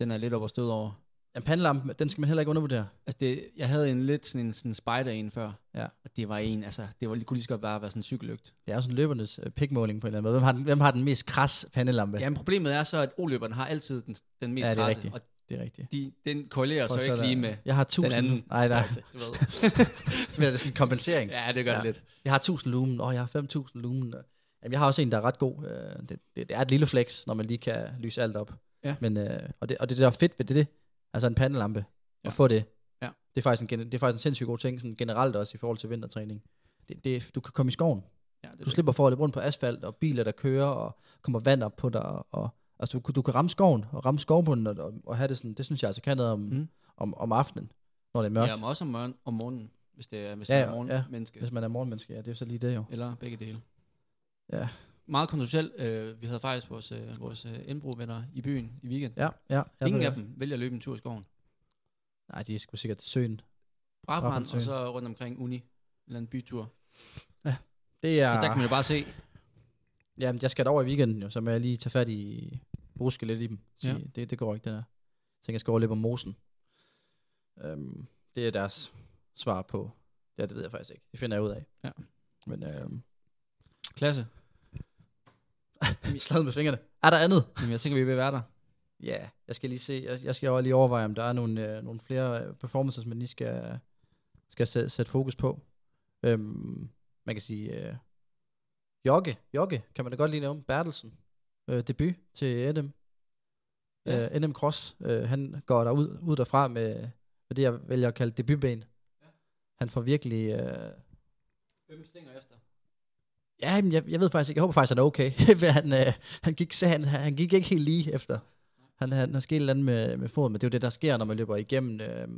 [SPEAKER 5] Den er lidt op og stød over.
[SPEAKER 4] Ja, pandelampen, den skal man heller ikke undervurdere.
[SPEAKER 5] Altså, det, jeg havde en lidt sådan en sådan spider en før.
[SPEAKER 4] Ja.
[SPEAKER 5] Og det var en, altså, det var, kunne lige så godt bare være sådan en cykellygt.
[SPEAKER 4] Det er jo sådan løbernes øh, pikmåling på en eller anden måde. Hvem har den, hvem har den mest kras pandelampe?
[SPEAKER 5] Ja, men problemet er så, at oløberne har altid den, den mest
[SPEAKER 4] Ja, det er
[SPEAKER 5] krasse,
[SPEAKER 4] rigtigt.
[SPEAKER 5] og
[SPEAKER 4] Det er rigtigt.
[SPEAKER 5] de, den korrelerer så
[SPEAKER 4] Folk,
[SPEAKER 5] ikke
[SPEAKER 4] der-
[SPEAKER 5] lige med
[SPEAKER 4] Jeg har
[SPEAKER 5] den
[SPEAKER 4] tusind.
[SPEAKER 5] anden.
[SPEAKER 4] Nej, nej.
[SPEAKER 5] størrelse, Du ved.
[SPEAKER 4] Men er det sådan en kompensering?
[SPEAKER 5] ja, det gør det
[SPEAKER 4] Ja.
[SPEAKER 5] lidt.
[SPEAKER 4] Jeg har 1000 lumen, og jeg har 5000 lumen. og- Jamen, jeg har også en, der er ret god. Øh, Det, det, det er et lille flex, når man lige kan lyse alt op.
[SPEAKER 5] Ja.
[SPEAKER 4] Men, øh, og, det, og det, der er fedt ved det, det altså en pandelampe,
[SPEAKER 5] Ja.
[SPEAKER 4] at få det.
[SPEAKER 5] Ja.
[SPEAKER 4] Det, er faktisk en, gen- det er faktisk en sindssygt god ting, sådan generelt også i forhold til vintertræning. Det, det, du kan komme i skoven.
[SPEAKER 5] Ja, det er
[SPEAKER 4] Du slipper for at løbe rundt på asfalt, og biler, der kører, og kommer vand op på dig. Og, og, altså, du, du kan ramme skoven, og ramme skovbunden, og, og, og have det sådan, det synes jeg altså kan noget om,
[SPEAKER 5] Mm.
[SPEAKER 4] mm. om, om aftenen, når det er mørkt.
[SPEAKER 5] Ja, men også om, morgen, om morgenen, hvis det er, hvis
[SPEAKER 4] Ja,
[SPEAKER 5] det
[SPEAKER 4] ja.
[SPEAKER 5] er morgenmenneske.
[SPEAKER 4] Hvis man er morgenmenneske, ja, det er jo så lige det jo.
[SPEAKER 5] Eller begge dele.
[SPEAKER 4] Ja.
[SPEAKER 5] Meget kontroversielt. Øh, vi havde faktisk vores, øh, vores øh, indbrovenner i byen i weekenden.
[SPEAKER 4] Ja, ja.
[SPEAKER 5] Ja,
[SPEAKER 4] ved
[SPEAKER 5] Ingen af
[SPEAKER 4] det.
[SPEAKER 5] dem vælger at løbe en tur i skoven.
[SPEAKER 4] Nej, de er sgu sikkert til søen.
[SPEAKER 5] Brabrand, og
[SPEAKER 4] Brabrand Sø.
[SPEAKER 5] så rundt omkring Uni. En eller anden bytur.
[SPEAKER 4] Det er...
[SPEAKER 5] Ja. Så der kan man jo bare se.
[SPEAKER 4] Jamen, jeg skal over i weekenden jo, så må jeg lige tage fat i... Ruske lidt i dem. Sige,
[SPEAKER 5] Ja.
[SPEAKER 4] ja. det, det går ikke, det der. Jeg tænker, jeg skal overleve om mosen. Øhm, det er deres svar på... Ja, det ved jeg faktisk ikke. Det finder jeg ud af.
[SPEAKER 5] Ja.
[SPEAKER 4] Men øhm,
[SPEAKER 5] Klasse.
[SPEAKER 4] vi slagede med fingrene. Er der andet?
[SPEAKER 5] Jamen, jeg tænker, vi er ved at være der.
[SPEAKER 4] Ja, jeg skal lige se, jeg, jeg skal over- lige overveje, om der er nogle, øh, nogle flere øh, performances, man lige skal, skal sætte, sætte fokus på. Øhm, man kan sige, øh, Jokke, Jokke, kan man da godt lige nævne, Bertelsen, øh, debut til NM,
[SPEAKER 5] Ja.
[SPEAKER 4] ja. øh, NM Cross, øh, han går der ud, ud derfra med, med det, jeg vælger at kalde debutben.
[SPEAKER 5] Ja.
[SPEAKER 4] Ja. Han får virkelig, øh,
[SPEAKER 5] Hvem stinger efter?
[SPEAKER 4] ja, men jeg, jeg ved faktisk ikke, jeg håber faktisk, han er okay, for han, øh, han, gik, så han, han gik ikke helt lige efter. Han, han har sket et eller andet med, med foden, men det er jo det, der sker, når man løber igennem, øh,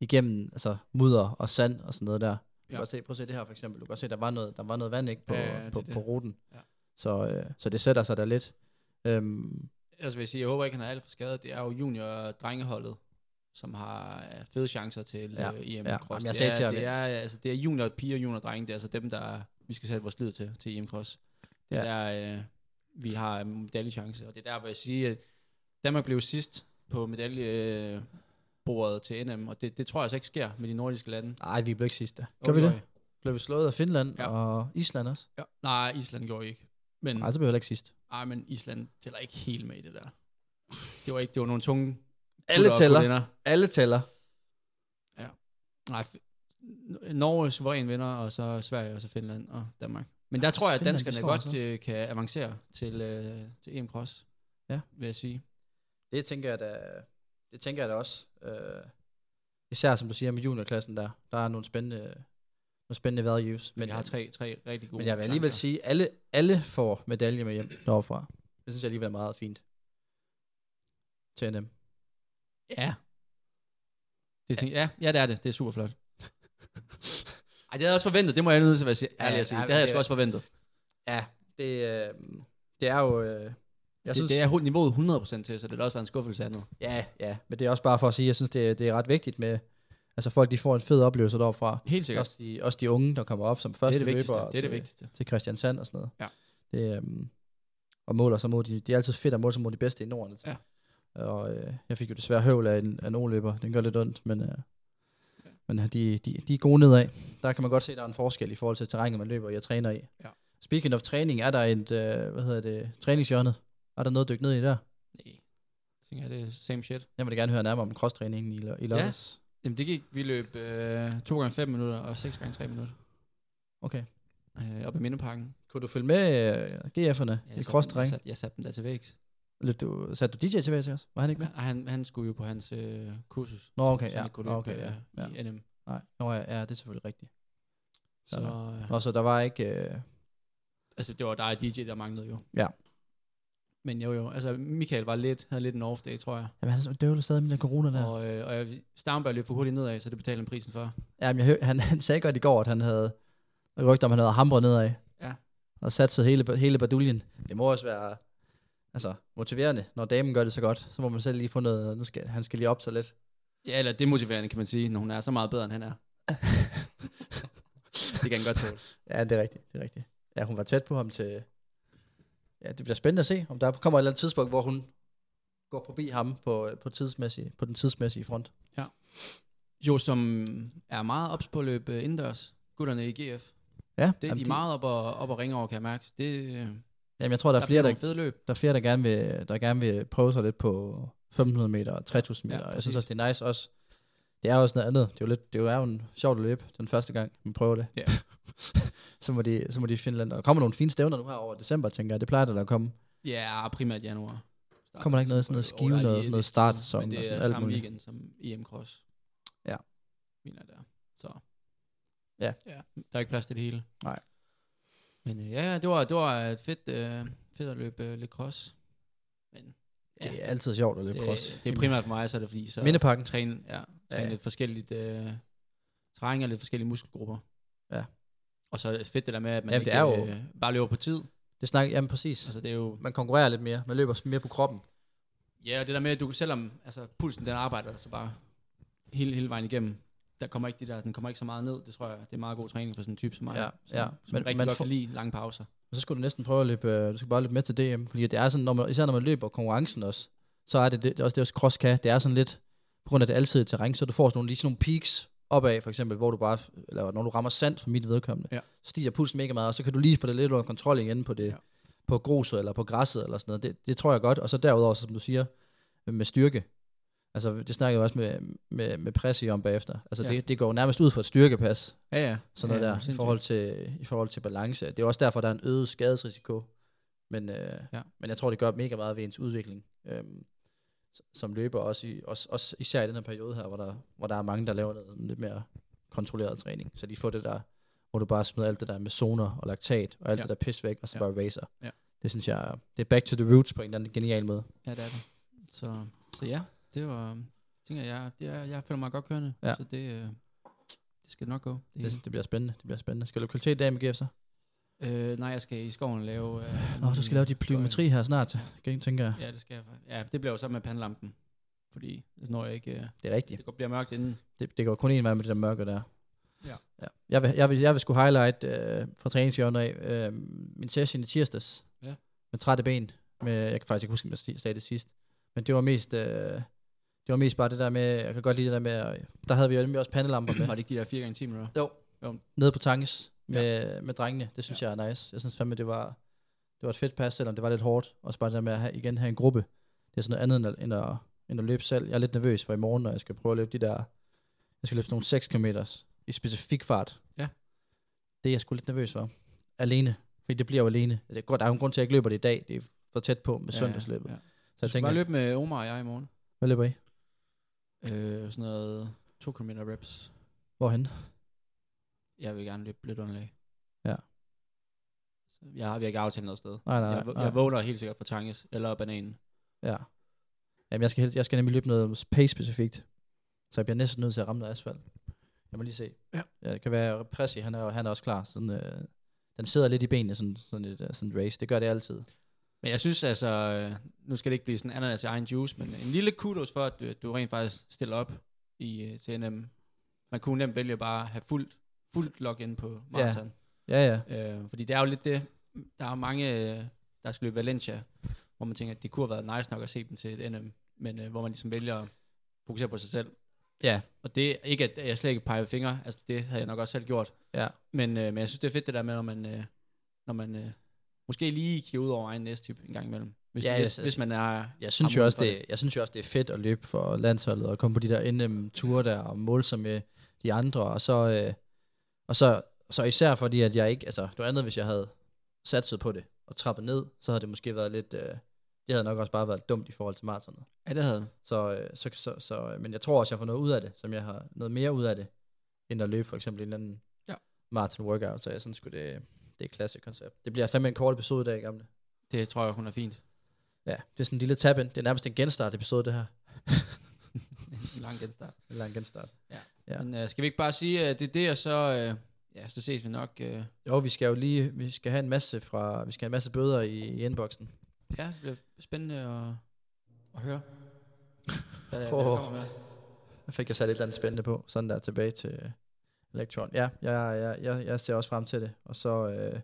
[SPEAKER 4] igennem altså, mudder og sand og sådan noget der. Du
[SPEAKER 5] Ja.
[SPEAKER 4] kan godt se, prøv at se det her for eksempel. Du kan godt se, der var noget, der var noget vand ikke på,
[SPEAKER 5] Ja, ja, det
[SPEAKER 4] ja,
[SPEAKER 5] er
[SPEAKER 4] på,
[SPEAKER 5] det.
[SPEAKER 4] på ruten.
[SPEAKER 5] Ja.
[SPEAKER 4] Ja. Så, øh, så det sætter sig der lidt. Øhm,
[SPEAKER 5] Ellers vil Altså, jeg sige, jeg håber ikke, han er alt for skadet. Det er jo junior-drengeholdet, som har øh, fede chancer til ja.
[SPEAKER 4] Ja,
[SPEAKER 5] øh, EM
[SPEAKER 4] ja.
[SPEAKER 5] ja.
[SPEAKER 4] Jamen,
[SPEAKER 5] Cross.
[SPEAKER 4] jeg
[SPEAKER 5] det,
[SPEAKER 4] sagde
[SPEAKER 5] er,
[SPEAKER 4] til ham,
[SPEAKER 5] det,
[SPEAKER 4] ja.
[SPEAKER 5] er, altså, det er junior-piger og junior-drenge. Det er altså dem, der vi skal sætte vores lid til, til EM Cross. Det er der, øh, vi har en medaljechance. Og det er der, hvor jeg siger, at Danmark blev sidst på medaljebordet til NM, og det, det tror jeg altså ikke sker med de nordiske lande.
[SPEAKER 4] nej, vi blev ikke sidste. Gør vi
[SPEAKER 5] Oj,
[SPEAKER 4] det? Blev vi slået af Finland
[SPEAKER 5] Ja. Mm.
[SPEAKER 4] ja. og Island også?
[SPEAKER 5] Ja. Nej, Island gjorde I ikke. Men,
[SPEAKER 4] Nej, så blev vi heller ikke sidst.
[SPEAKER 5] ej, men Island tæller ikke helt med i det der. Det var ikke, det var nogle tunge
[SPEAKER 4] Alle
[SPEAKER 5] gutter og
[SPEAKER 4] tæller.
[SPEAKER 5] gutinder.
[SPEAKER 4] Alle tæller.
[SPEAKER 5] Nej, F- N- Norge er suveræn vinder, og så Sverige, og så Finland og Danmark. Men der tror jeg, at
[SPEAKER 4] Finland, de
[SPEAKER 5] danskerne
[SPEAKER 4] slår os
[SPEAKER 5] godt
[SPEAKER 4] også.
[SPEAKER 5] øh, kan avancere til, øh, til EM Cross,
[SPEAKER 4] Ja.
[SPEAKER 5] vil jeg sige.
[SPEAKER 4] Det tænker jeg da, det tænker jeg da også. Øh, især som du siger med juniorklassen der, der er nogle spændende, nogle spændende values.
[SPEAKER 5] Men jeg har
[SPEAKER 4] øh,
[SPEAKER 5] tre, tre rigtig gode
[SPEAKER 4] Men jeg vil alligevel
[SPEAKER 5] chancer.
[SPEAKER 4] sige, at alle, alle får medalje med hjem deroppefra. Det synes jeg alligevel er meget fint. Til NM.
[SPEAKER 5] Ja. Det, tænker, ja, ja, det er det. Det er super flot. Ej, det havde jeg også forventet. Det må jeg nødt til at sige.
[SPEAKER 4] Ja,
[SPEAKER 5] Ærligt at sige.
[SPEAKER 4] ja,
[SPEAKER 5] Det havde jeg
[SPEAKER 4] det-
[SPEAKER 5] sgu også forventet.
[SPEAKER 4] Ja, det, øh, det er jo... Øh, jeg
[SPEAKER 5] Jeg det,
[SPEAKER 4] synes,
[SPEAKER 5] synes... det er hu- niveauet 100% til, så det vil også være en skuffelse andet.
[SPEAKER 4] Ja, ja. Men det er også bare for at sige, at jeg synes, det, er- det er ret vigtigt med... Altså folk, de får en fed oplevelse deroppefra.
[SPEAKER 5] Helt sikkert.
[SPEAKER 4] Også de, også de unge, der kommer op som
[SPEAKER 5] Det
[SPEAKER 4] første
[SPEAKER 5] er det vigtigste.
[SPEAKER 4] løbere
[SPEAKER 5] Det er det
[SPEAKER 4] til-
[SPEAKER 5] vigtigste.
[SPEAKER 4] til Christiansand og sådan noget.
[SPEAKER 5] Ja.
[SPEAKER 4] Det, øhm, og måler sig mod de, det er altid fedt at måle sig mod de bedste i Norden. altså.
[SPEAKER 5] Ja.
[SPEAKER 4] Og øh, jeg fik jo desværre høvl af, en, af nogle løber. Den gør lidt ondt, men, øh, men øh, de, de, de er gode nedad. Der kan man godt se, at der er en forskel i forhold til terrænet, man løber i og træner i.
[SPEAKER 5] Ja.
[SPEAKER 4] Speaking of træning, er der et, øh, hvad hedder det, træningshjørnet? Er der noget at dykke ned i der?
[SPEAKER 5] Nej. Jeg tænker, det er same shit.
[SPEAKER 4] Jeg vil da gerne høre nærmere om crosstræningen i, lo- i lørdags.
[SPEAKER 5] Jamen det gik, vi løb øh, 2 gange 5 minutter og 6 gange 3 minutter
[SPEAKER 4] Okay.
[SPEAKER 5] øh, op i Mindeparken.
[SPEAKER 4] Kunne du følge med øh, GF'erne
[SPEAKER 5] Ja,
[SPEAKER 4] i
[SPEAKER 5] jeg satte, jeg,
[SPEAKER 4] crosstræning?
[SPEAKER 5] satte, jeg satte dem der til vægs.
[SPEAKER 4] Løb Du, satte du DJ tilbage til os? Var han ikke med?
[SPEAKER 5] Ja, han, han skulle jo på hans øh, kursus,
[SPEAKER 4] Nå, okay,
[SPEAKER 5] så han
[SPEAKER 4] ja.
[SPEAKER 5] ikke kunne
[SPEAKER 4] Nå,
[SPEAKER 5] løbe
[SPEAKER 4] okay, ja.
[SPEAKER 5] øh,
[SPEAKER 4] ja.
[SPEAKER 5] i NM.
[SPEAKER 4] Nej, Nå, ja, ja, det er selvfølgelig rigtigt.
[SPEAKER 5] Så
[SPEAKER 4] Sådan.
[SPEAKER 5] øh,
[SPEAKER 4] Nå, så der var ikke... Øh,
[SPEAKER 5] altså, det var dig og DJ, der manglede jo.
[SPEAKER 4] Ja.
[SPEAKER 5] Men jo jo, altså Michael var lidt, havde lidt en off day, tror jeg.
[SPEAKER 4] jamen, han døvler stadig med den corona der.
[SPEAKER 5] Og, øh, og jeg, Starnberg løb for hurtigt nedad, så det betalte han prisen for.
[SPEAKER 4] Jamen, jeg, hø- han, han sagde godt i går, at han havde... Der rygter om, han havde hamret nedad.
[SPEAKER 5] Ja.
[SPEAKER 4] Og sat sig hele, hele baduljen. Det må også være altså, motiverende, når damen gør det så godt. Så må man selv lige få noget... Nu skal, han skal lige op sig lidt.
[SPEAKER 5] Ja, eller demotiverende kan man sige, når hun er så meget bedre, end han er. det kan han godt tåle.
[SPEAKER 4] Ja, det er rigtigt. Det er rigtigt. Ja, hun var tæt på ham til... Ja, det bliver spændende at se, om der kommer et eller andet tidspunkt, hvor hun går forbi ham på, på, tidsmæssige, på den tidsmæssige front.
[SPEAKER 5] Jo, som er meget ops på at løbe øh, indendørs. Gutterne i GF.
[SPEAKER 4] Ja,
[SPEAKER 5] Det er de, de meget op og, op og ringe over, kan jeg mærke. Det, øh,
[SPEAKER 4] Jamen, jeg tror, der, er flere, der,
[SPEAKER 5] fede løb.
[SPEAKER 4] der er flere, der gerne vil, der gerne vil prøve sig lidt på 1500 meter og 3000
[SPEAKER 5] Ja,
[SPEAKER 4] meter. Ja, jeg
[SPEAKER 5] præcis.
[SPEAKER 4] synes også, det er nice også. Det er også noget andet. Det er jo, lidt, det er jo en sjovt at løbe den første gang, man prøver det.
[SPEAKER 5] Ja.
[SPEAKER 4] så, må de, så må de i Finland. Og der kommer nogle fine stævner nu her over december, tænker jeg. Det plejer der da at komme.
[SPEAKER 5] Ja, primært januar. Start-
[SPEAKER 4] Kommer der ikke noget sådan noget
[SPEAKER 5] Jo,
[SPEAKER 4] Skive
[SPEAKER 5] der er
[SPEAKER 4] noget,
[SPEAKER 5] lige
[SPEAKER 4] sådan noget
[SPEAKER 5] lidt steder,
[SPEAKER 4] startsæson
[SPEAKER 5] Men
[SPEAKER 4] og
[SPEAKER 5] det
[SPEAKER 4] sådan
[SPEAKER 5] er
[SPEAKER 4] alt
[SPEAKER 5] samme
[SPEAKER 4] muligt.
[SPEAKER 5] weekend som EM Cross.
[SPEAKER 4] Ja.
[SPEAKER 5] Mener jeg der. Så.
[SPEAKER 4] Ja.
[SPEAKER 5] ja. Der er ikke plads til det hele.
[SPEAKER 4] Nej.
[SPEAKER 5] Men øh, ja, ja, det var, det var et fedt, øh, fedt at løbe øh, lidt cross. Men ja,
[SPEAKER 4] Det er altid sjovt at løbe
[SPEAKER 5] det,
[SPEAKER 4] cross.
[SPEAKER 5] det, er primært for mig, så er det fordi, så
[SPEAKER 4] Mindeparken.
[SPEAKER 5] træne, ja, træne
[SPEAKER 4] ja.
[SPEAKER 5] lidt forskelligt øh, terræn og lidt forskellige muskelgrupper.
[SPEAKER 4] Ja.
[SPEAKER 5] Og så er det fedt det der med, at man
[SPEAKER 4] Jamen,
[SPEAKER 5] ikke
[SPEAKER 4] det er jo-
[SPEAKER 5] øh, bare løber på tid.
[SPEAKER 4] Det snakker, jamen præcis.
[SPEAKER 5] Altså, det er jo
[SPEAKER 4] Man konkurrerer lidt mere. Man løber mere på kroppen.
[SPEAKER 5] Ja, og det der med, at du selvom altså, pulsen den arbejder altså bare hele, hele vejen igennem, der kommer ikke, de der, den kommer ikke så meget ned. Det tror jeg, det er meget god træning for sådan en type som mig.
[SPEAKER 4] Ja,
[SPEAKER 5] som,
[SPEAKER 4] ja.
[SPEAKER 5] Som
[SPEAKER 4] Men-
[SPEAKER 5] men, rigtig
[SPEAKER 4] men
[SPEAKER 5] godt
[SPEAKER 4] for-
[SPEAKER 5] kan lide lange pauser.
[SPEAKER 4] Og så skulle du næsten prøve at løbe, øh, du skal bare løbe med til DM, fordi det er sådan, når man, især når man løber konkurrencen også, så er det, det, det er også det, også cross kan, det er sådan lidt, på grund af det altid terræn, så du får sådan nogle, lige sådan nogle peaks opad, for eksempel, hvor du bare, eller når du rammer sand for mit vedkommende,
[SPEAKER 5] Ja.
[SPEAKER 4] så stiger pulsen mega meget, og så kan du lige få det lidt under kontrol igen på det,
[SPEAKER 5] Ja.
[SPEAKER 4] ja. på gruset eller på græsset eller sådan noget, det, det tror jeg godt, og så derudover, som du siger, med styrke, altså det snakkede jeg også med, med, med Pressi om bagefter, altså
[SPEAKER 5] Ja.
[SPEAKER 4] ja. det, det går nærmest ud for et styrkepas,
[SPEAKER 5] Ja, ja.
[SPEAKER 4] sådan noget
[SPEAKER 5] ja,
[SPEAKER 4] ja, der, i forhold, til, i forhold til balance. Det er også derfor, der er en øget skadesrisiko. Men, øh,
[SPEAKER 5] Ja.
[SPEAKER 4] ja. men jeg tror, det gør mega meget ved ens udvikling, øh, som løber, også, i, også, også især i den her periode her, hvor der, hvor der er mange, der laver noget sådan lidt mere kontrolleret træning. Så de får det der, hvor du bare smider alt det der med zoner og laktat, og alt ja.
[SPEAKER 5] Ja.
[SPEAKER 4] det der pis væk, og så
[SPEAKER 5] Ja.
[SPEAKER 4] ja. bare racer.
[SPEAKER 5] Ja.
[SPEAKER 4] Det synes jeg, det er back to the roots på en eller anden genial måde.
[SPEAKER 5] Ja, det er det. Så, øhm, så ja, det var, tænker jeg, det er, jeg føler mig godt kørende.
[SPEAKER 4] Ja.
[SPEAKER 5] Så det, øh, Det skal nok gå. Det,
[SPEAKER 4] Det, det, bliver spændende, det bliver spændende. Skal du kvalitet i AMG så?
[SPEAKER 5] øh, nej, jeg skal i skoven lave... Øh,
[SPEAKER 4] Nå, du skal lave dit plyometri her snart, ikke, tænker jeg.
[SPEAKER 5] Ja, det skal jeg. fa- Ja, det bliver jo så med pandelampen. Fordi så når jeg ikke... Øh,
[SPEAKER 4] Det er rigtigt.
[SPEAKER 5] det går- bliver mørkt inden.
[SPEAKER 4] Det, det går kun en vej med det der mørke der.
[SPEAKER 5] Ja.
[SPEAKER 4] ja. Jeg, vil, jeg, vil, jeg vil sgu highlight øh, fra træningshjørnet af øh, min session i tirsdags.
[SPEAKER 5] Ja.
[SPEAKER 4] Med trætte ben. Med, jeg kan faktisk ikke huske, om jeg si- sagde det sidst. Men det var mest... Øh, det var mest bare det der med, jeg kan godt lide det der med, at- der havde vi jo nemlig også pandelamper med.
[SPEAKER 5] Var det ikke de der 4 gange 10 minutter?
[SPEAKER 4] Jo.
[SPEAKER 5] Jo.
[SPEAKER 4] Nede på Tanges med, med drengene. Det synes jeg er nice. Jeg synes fandme, det var, det var et fedt pas, selvom det var lidt hårdt. Også bare det der med at have, igen have en gruppe. Det er sådan noget andet end at, end at, end at løbe selv. Jeg er lidt nervøs for i morgen, når jeg skal prøve at løbe de der... Jeg skal løbe sådan nogle 6 km i specifik fart.
[SPEAKER 5] Ja.
[SPEAKER 4] Det er jeg sgu lidt nervøs for. Alene. Fordi det bliver jo alene. Altså, godt, der er jo en grund til, at jeg ikke løber det i dag. Det er for tæt på med ja, søndagsløbet.
[SPEAKER 5] Ja,
[SPEAKER 4] Ja.
[SPEAKER 5] ja.
[SPEAKER 4] Så
[SPEAKER 5] Så
[SPEAKER 4] jeg
[SPEAKER 5] jeg
[SPEAKER 4] tænker,
[SPEAKER 5] bare
[SPEAKER 4] løb.
[SPEAKER 5] løbe med Omar og jeg i morgen.
[SPEAKER 4] hvad løber I?
[SPEAKER 5] Øh, sådan noget 2 km reps.
[SPEAKER 4] Hvorhen?
[SPEAKER 5] Jeg vil gerne løbe lidt underlag.
[SPEAKER 4] Ja.
[SPEAKER 5] Så Jeg har vi har ikke aftalt noget sted.
[SPEAKER 4] Nej, nej,
[SPEAKER 5] Jeg,
[SPEAKER 4] nej.
[SPEAKER 5] jeg vågner helt sikkert for Tanges eller bananen.
[SPEAKER 4] Ja. Jamen, jeg skal, helst- jeg skal nemlig løbe noget pace-specifikt. Så jeg bliver næsten nødt til at ramme noget asfalt. Jeg må lige se.
[SPEAKER 5] Ja.
[SPEAKER 4] ja det kan være Pressi, han er, han er også klar. Sådan, øh, den sidder lidt i benene, sådan, sådan et øh, sådan et race. Det gør det altid.
[SPEAKER 5] Men jeg synes altså, øh, nu skal det ikke blive sådan ananas i egen juice, men en lille kudos for, at du, du rent faktisk stiller op i øh, til NM. Man kunne nemt vælge bare at have fuldt, fuldt login på maraton.
[SPEAKER 4] Ja, ja.
[SPEAKER 5] Ja. Øh, fordi det er jo lidt det, der er jo mange, øh, der skal løbe Valencia, hvor man tænker, at det kunne have været nice nok at se dem til et NM, men øh, hvor man ligesom vælger at fokusere på sig selv.
[SPEAKER 4] Ja.
[SPEAKER 5] Og det er ikke, at jeg slet ikke peger fingre, altså det havde jeg nok også selv gjort.
[SPEAKER 4] Ja.
[SPEAKER 5] Men, øh, men jeg synes, det er fedt det der med, når man, øh, når man øh, måske lige kigger ud over egen næsttyp en gang imellem. Hvis,
[SPEAKER 4] Ja,
[SPEAKER 5] ja, hvis,
[SPEAKER 4] altså-
[SPEAKER 5] hvis man er...
[SPEAKER 4] Jeg synes,
[SPEAKER 5] har
[SPEAKER 4] jo også,
[SPEAKER 5] mulighed
[SPEAKER 4] det, jeg synes jo også, det er fedt at løbe for landsholdet og komme på de der NM-ture der og måle sig med de andre. Og så, øh, og så, så især fordi, at jeg ikke... Altså, det var andet, hvis jeg havde satset på det og trappet ned, så havde det måske været lidt... Øh, det havde nok også bare været dumt i forhold til maratonet.
[SPEAKER 5] for det. Ja, det havde den.
[SPEAKER 4] Så, øh, så, så, så, øh, men jeg tror også, jeg får noget ud af det, som jeg har noget mere ud af det, end at løbe for eksempel en eller anden
[SPEAKER 5] Ja.
[SPEAKER 4] marathon workout, så jeg synes sgu, det, det er klasse koncept. Det bliver fandme en kort episode i dag, gamle.
[SPEAKER 5] Det tror jeg, hun er fint.
[SPEAKER 4] Ja, det er sådan en lille tab -in. Det er nærmest en genstart episode, det her.
[SPEAKER 5] En lang genstart.
[SPEAKER 4] Eller en genstart. Ja.
[SPEAKER 5] Ja. Men øh, skal vi ikke bare sige, at det er det, og så, øh, ja, så ses vi nok. Øh,
[SPEAKER 4] Jo, vi skal jo lige, vi skal have en masse fra, vi skal have en masse bøder i, i inboxen.
[SPEAKER 5] ja, det bliver spændende at, at høre. Hvad, det er,
[SPEAKER 4] Åh.
[SPEAKER 5] hvad du kommer med.
[SPEAKER 4] Der fik jeg sat et eller andet spændende på, sådan der tilbage til øh, Electron. Ja, jeg, jeg, jeg, jeg ser også frem til det, og så, øh,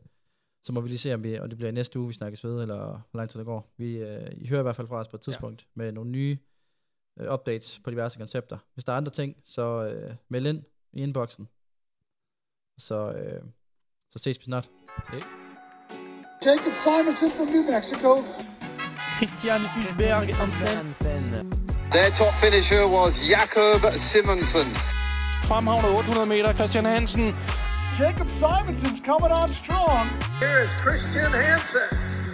[SPEAKER 4] så må vi lige se, om, vi, om det bliver i næste uge, vi snakkes ved, eller hvor lang tid det går. Vi, øh, I hører i hvert fald fra os på et tidspunkt ja. med nogle nye øh, updates på diverse koncepter. Hvis der er andre ting, så øh, meld ind i inboxen, så, øh, så ses vi snart.
[SPEAKER 1] Jacob Simonson from New Mexico.
[SPEAKER 2] Christian Hulberg Hansen
[SPEAKER 3] Their top finisher was Jakob Simonsen.
[SPEAKER 2] fremhavner 800 meter, Christian Hansen
[SPEAKER 1] Jacob Simonson's coming on strong.
[SPEAKER 6] Here is Christian Hansen.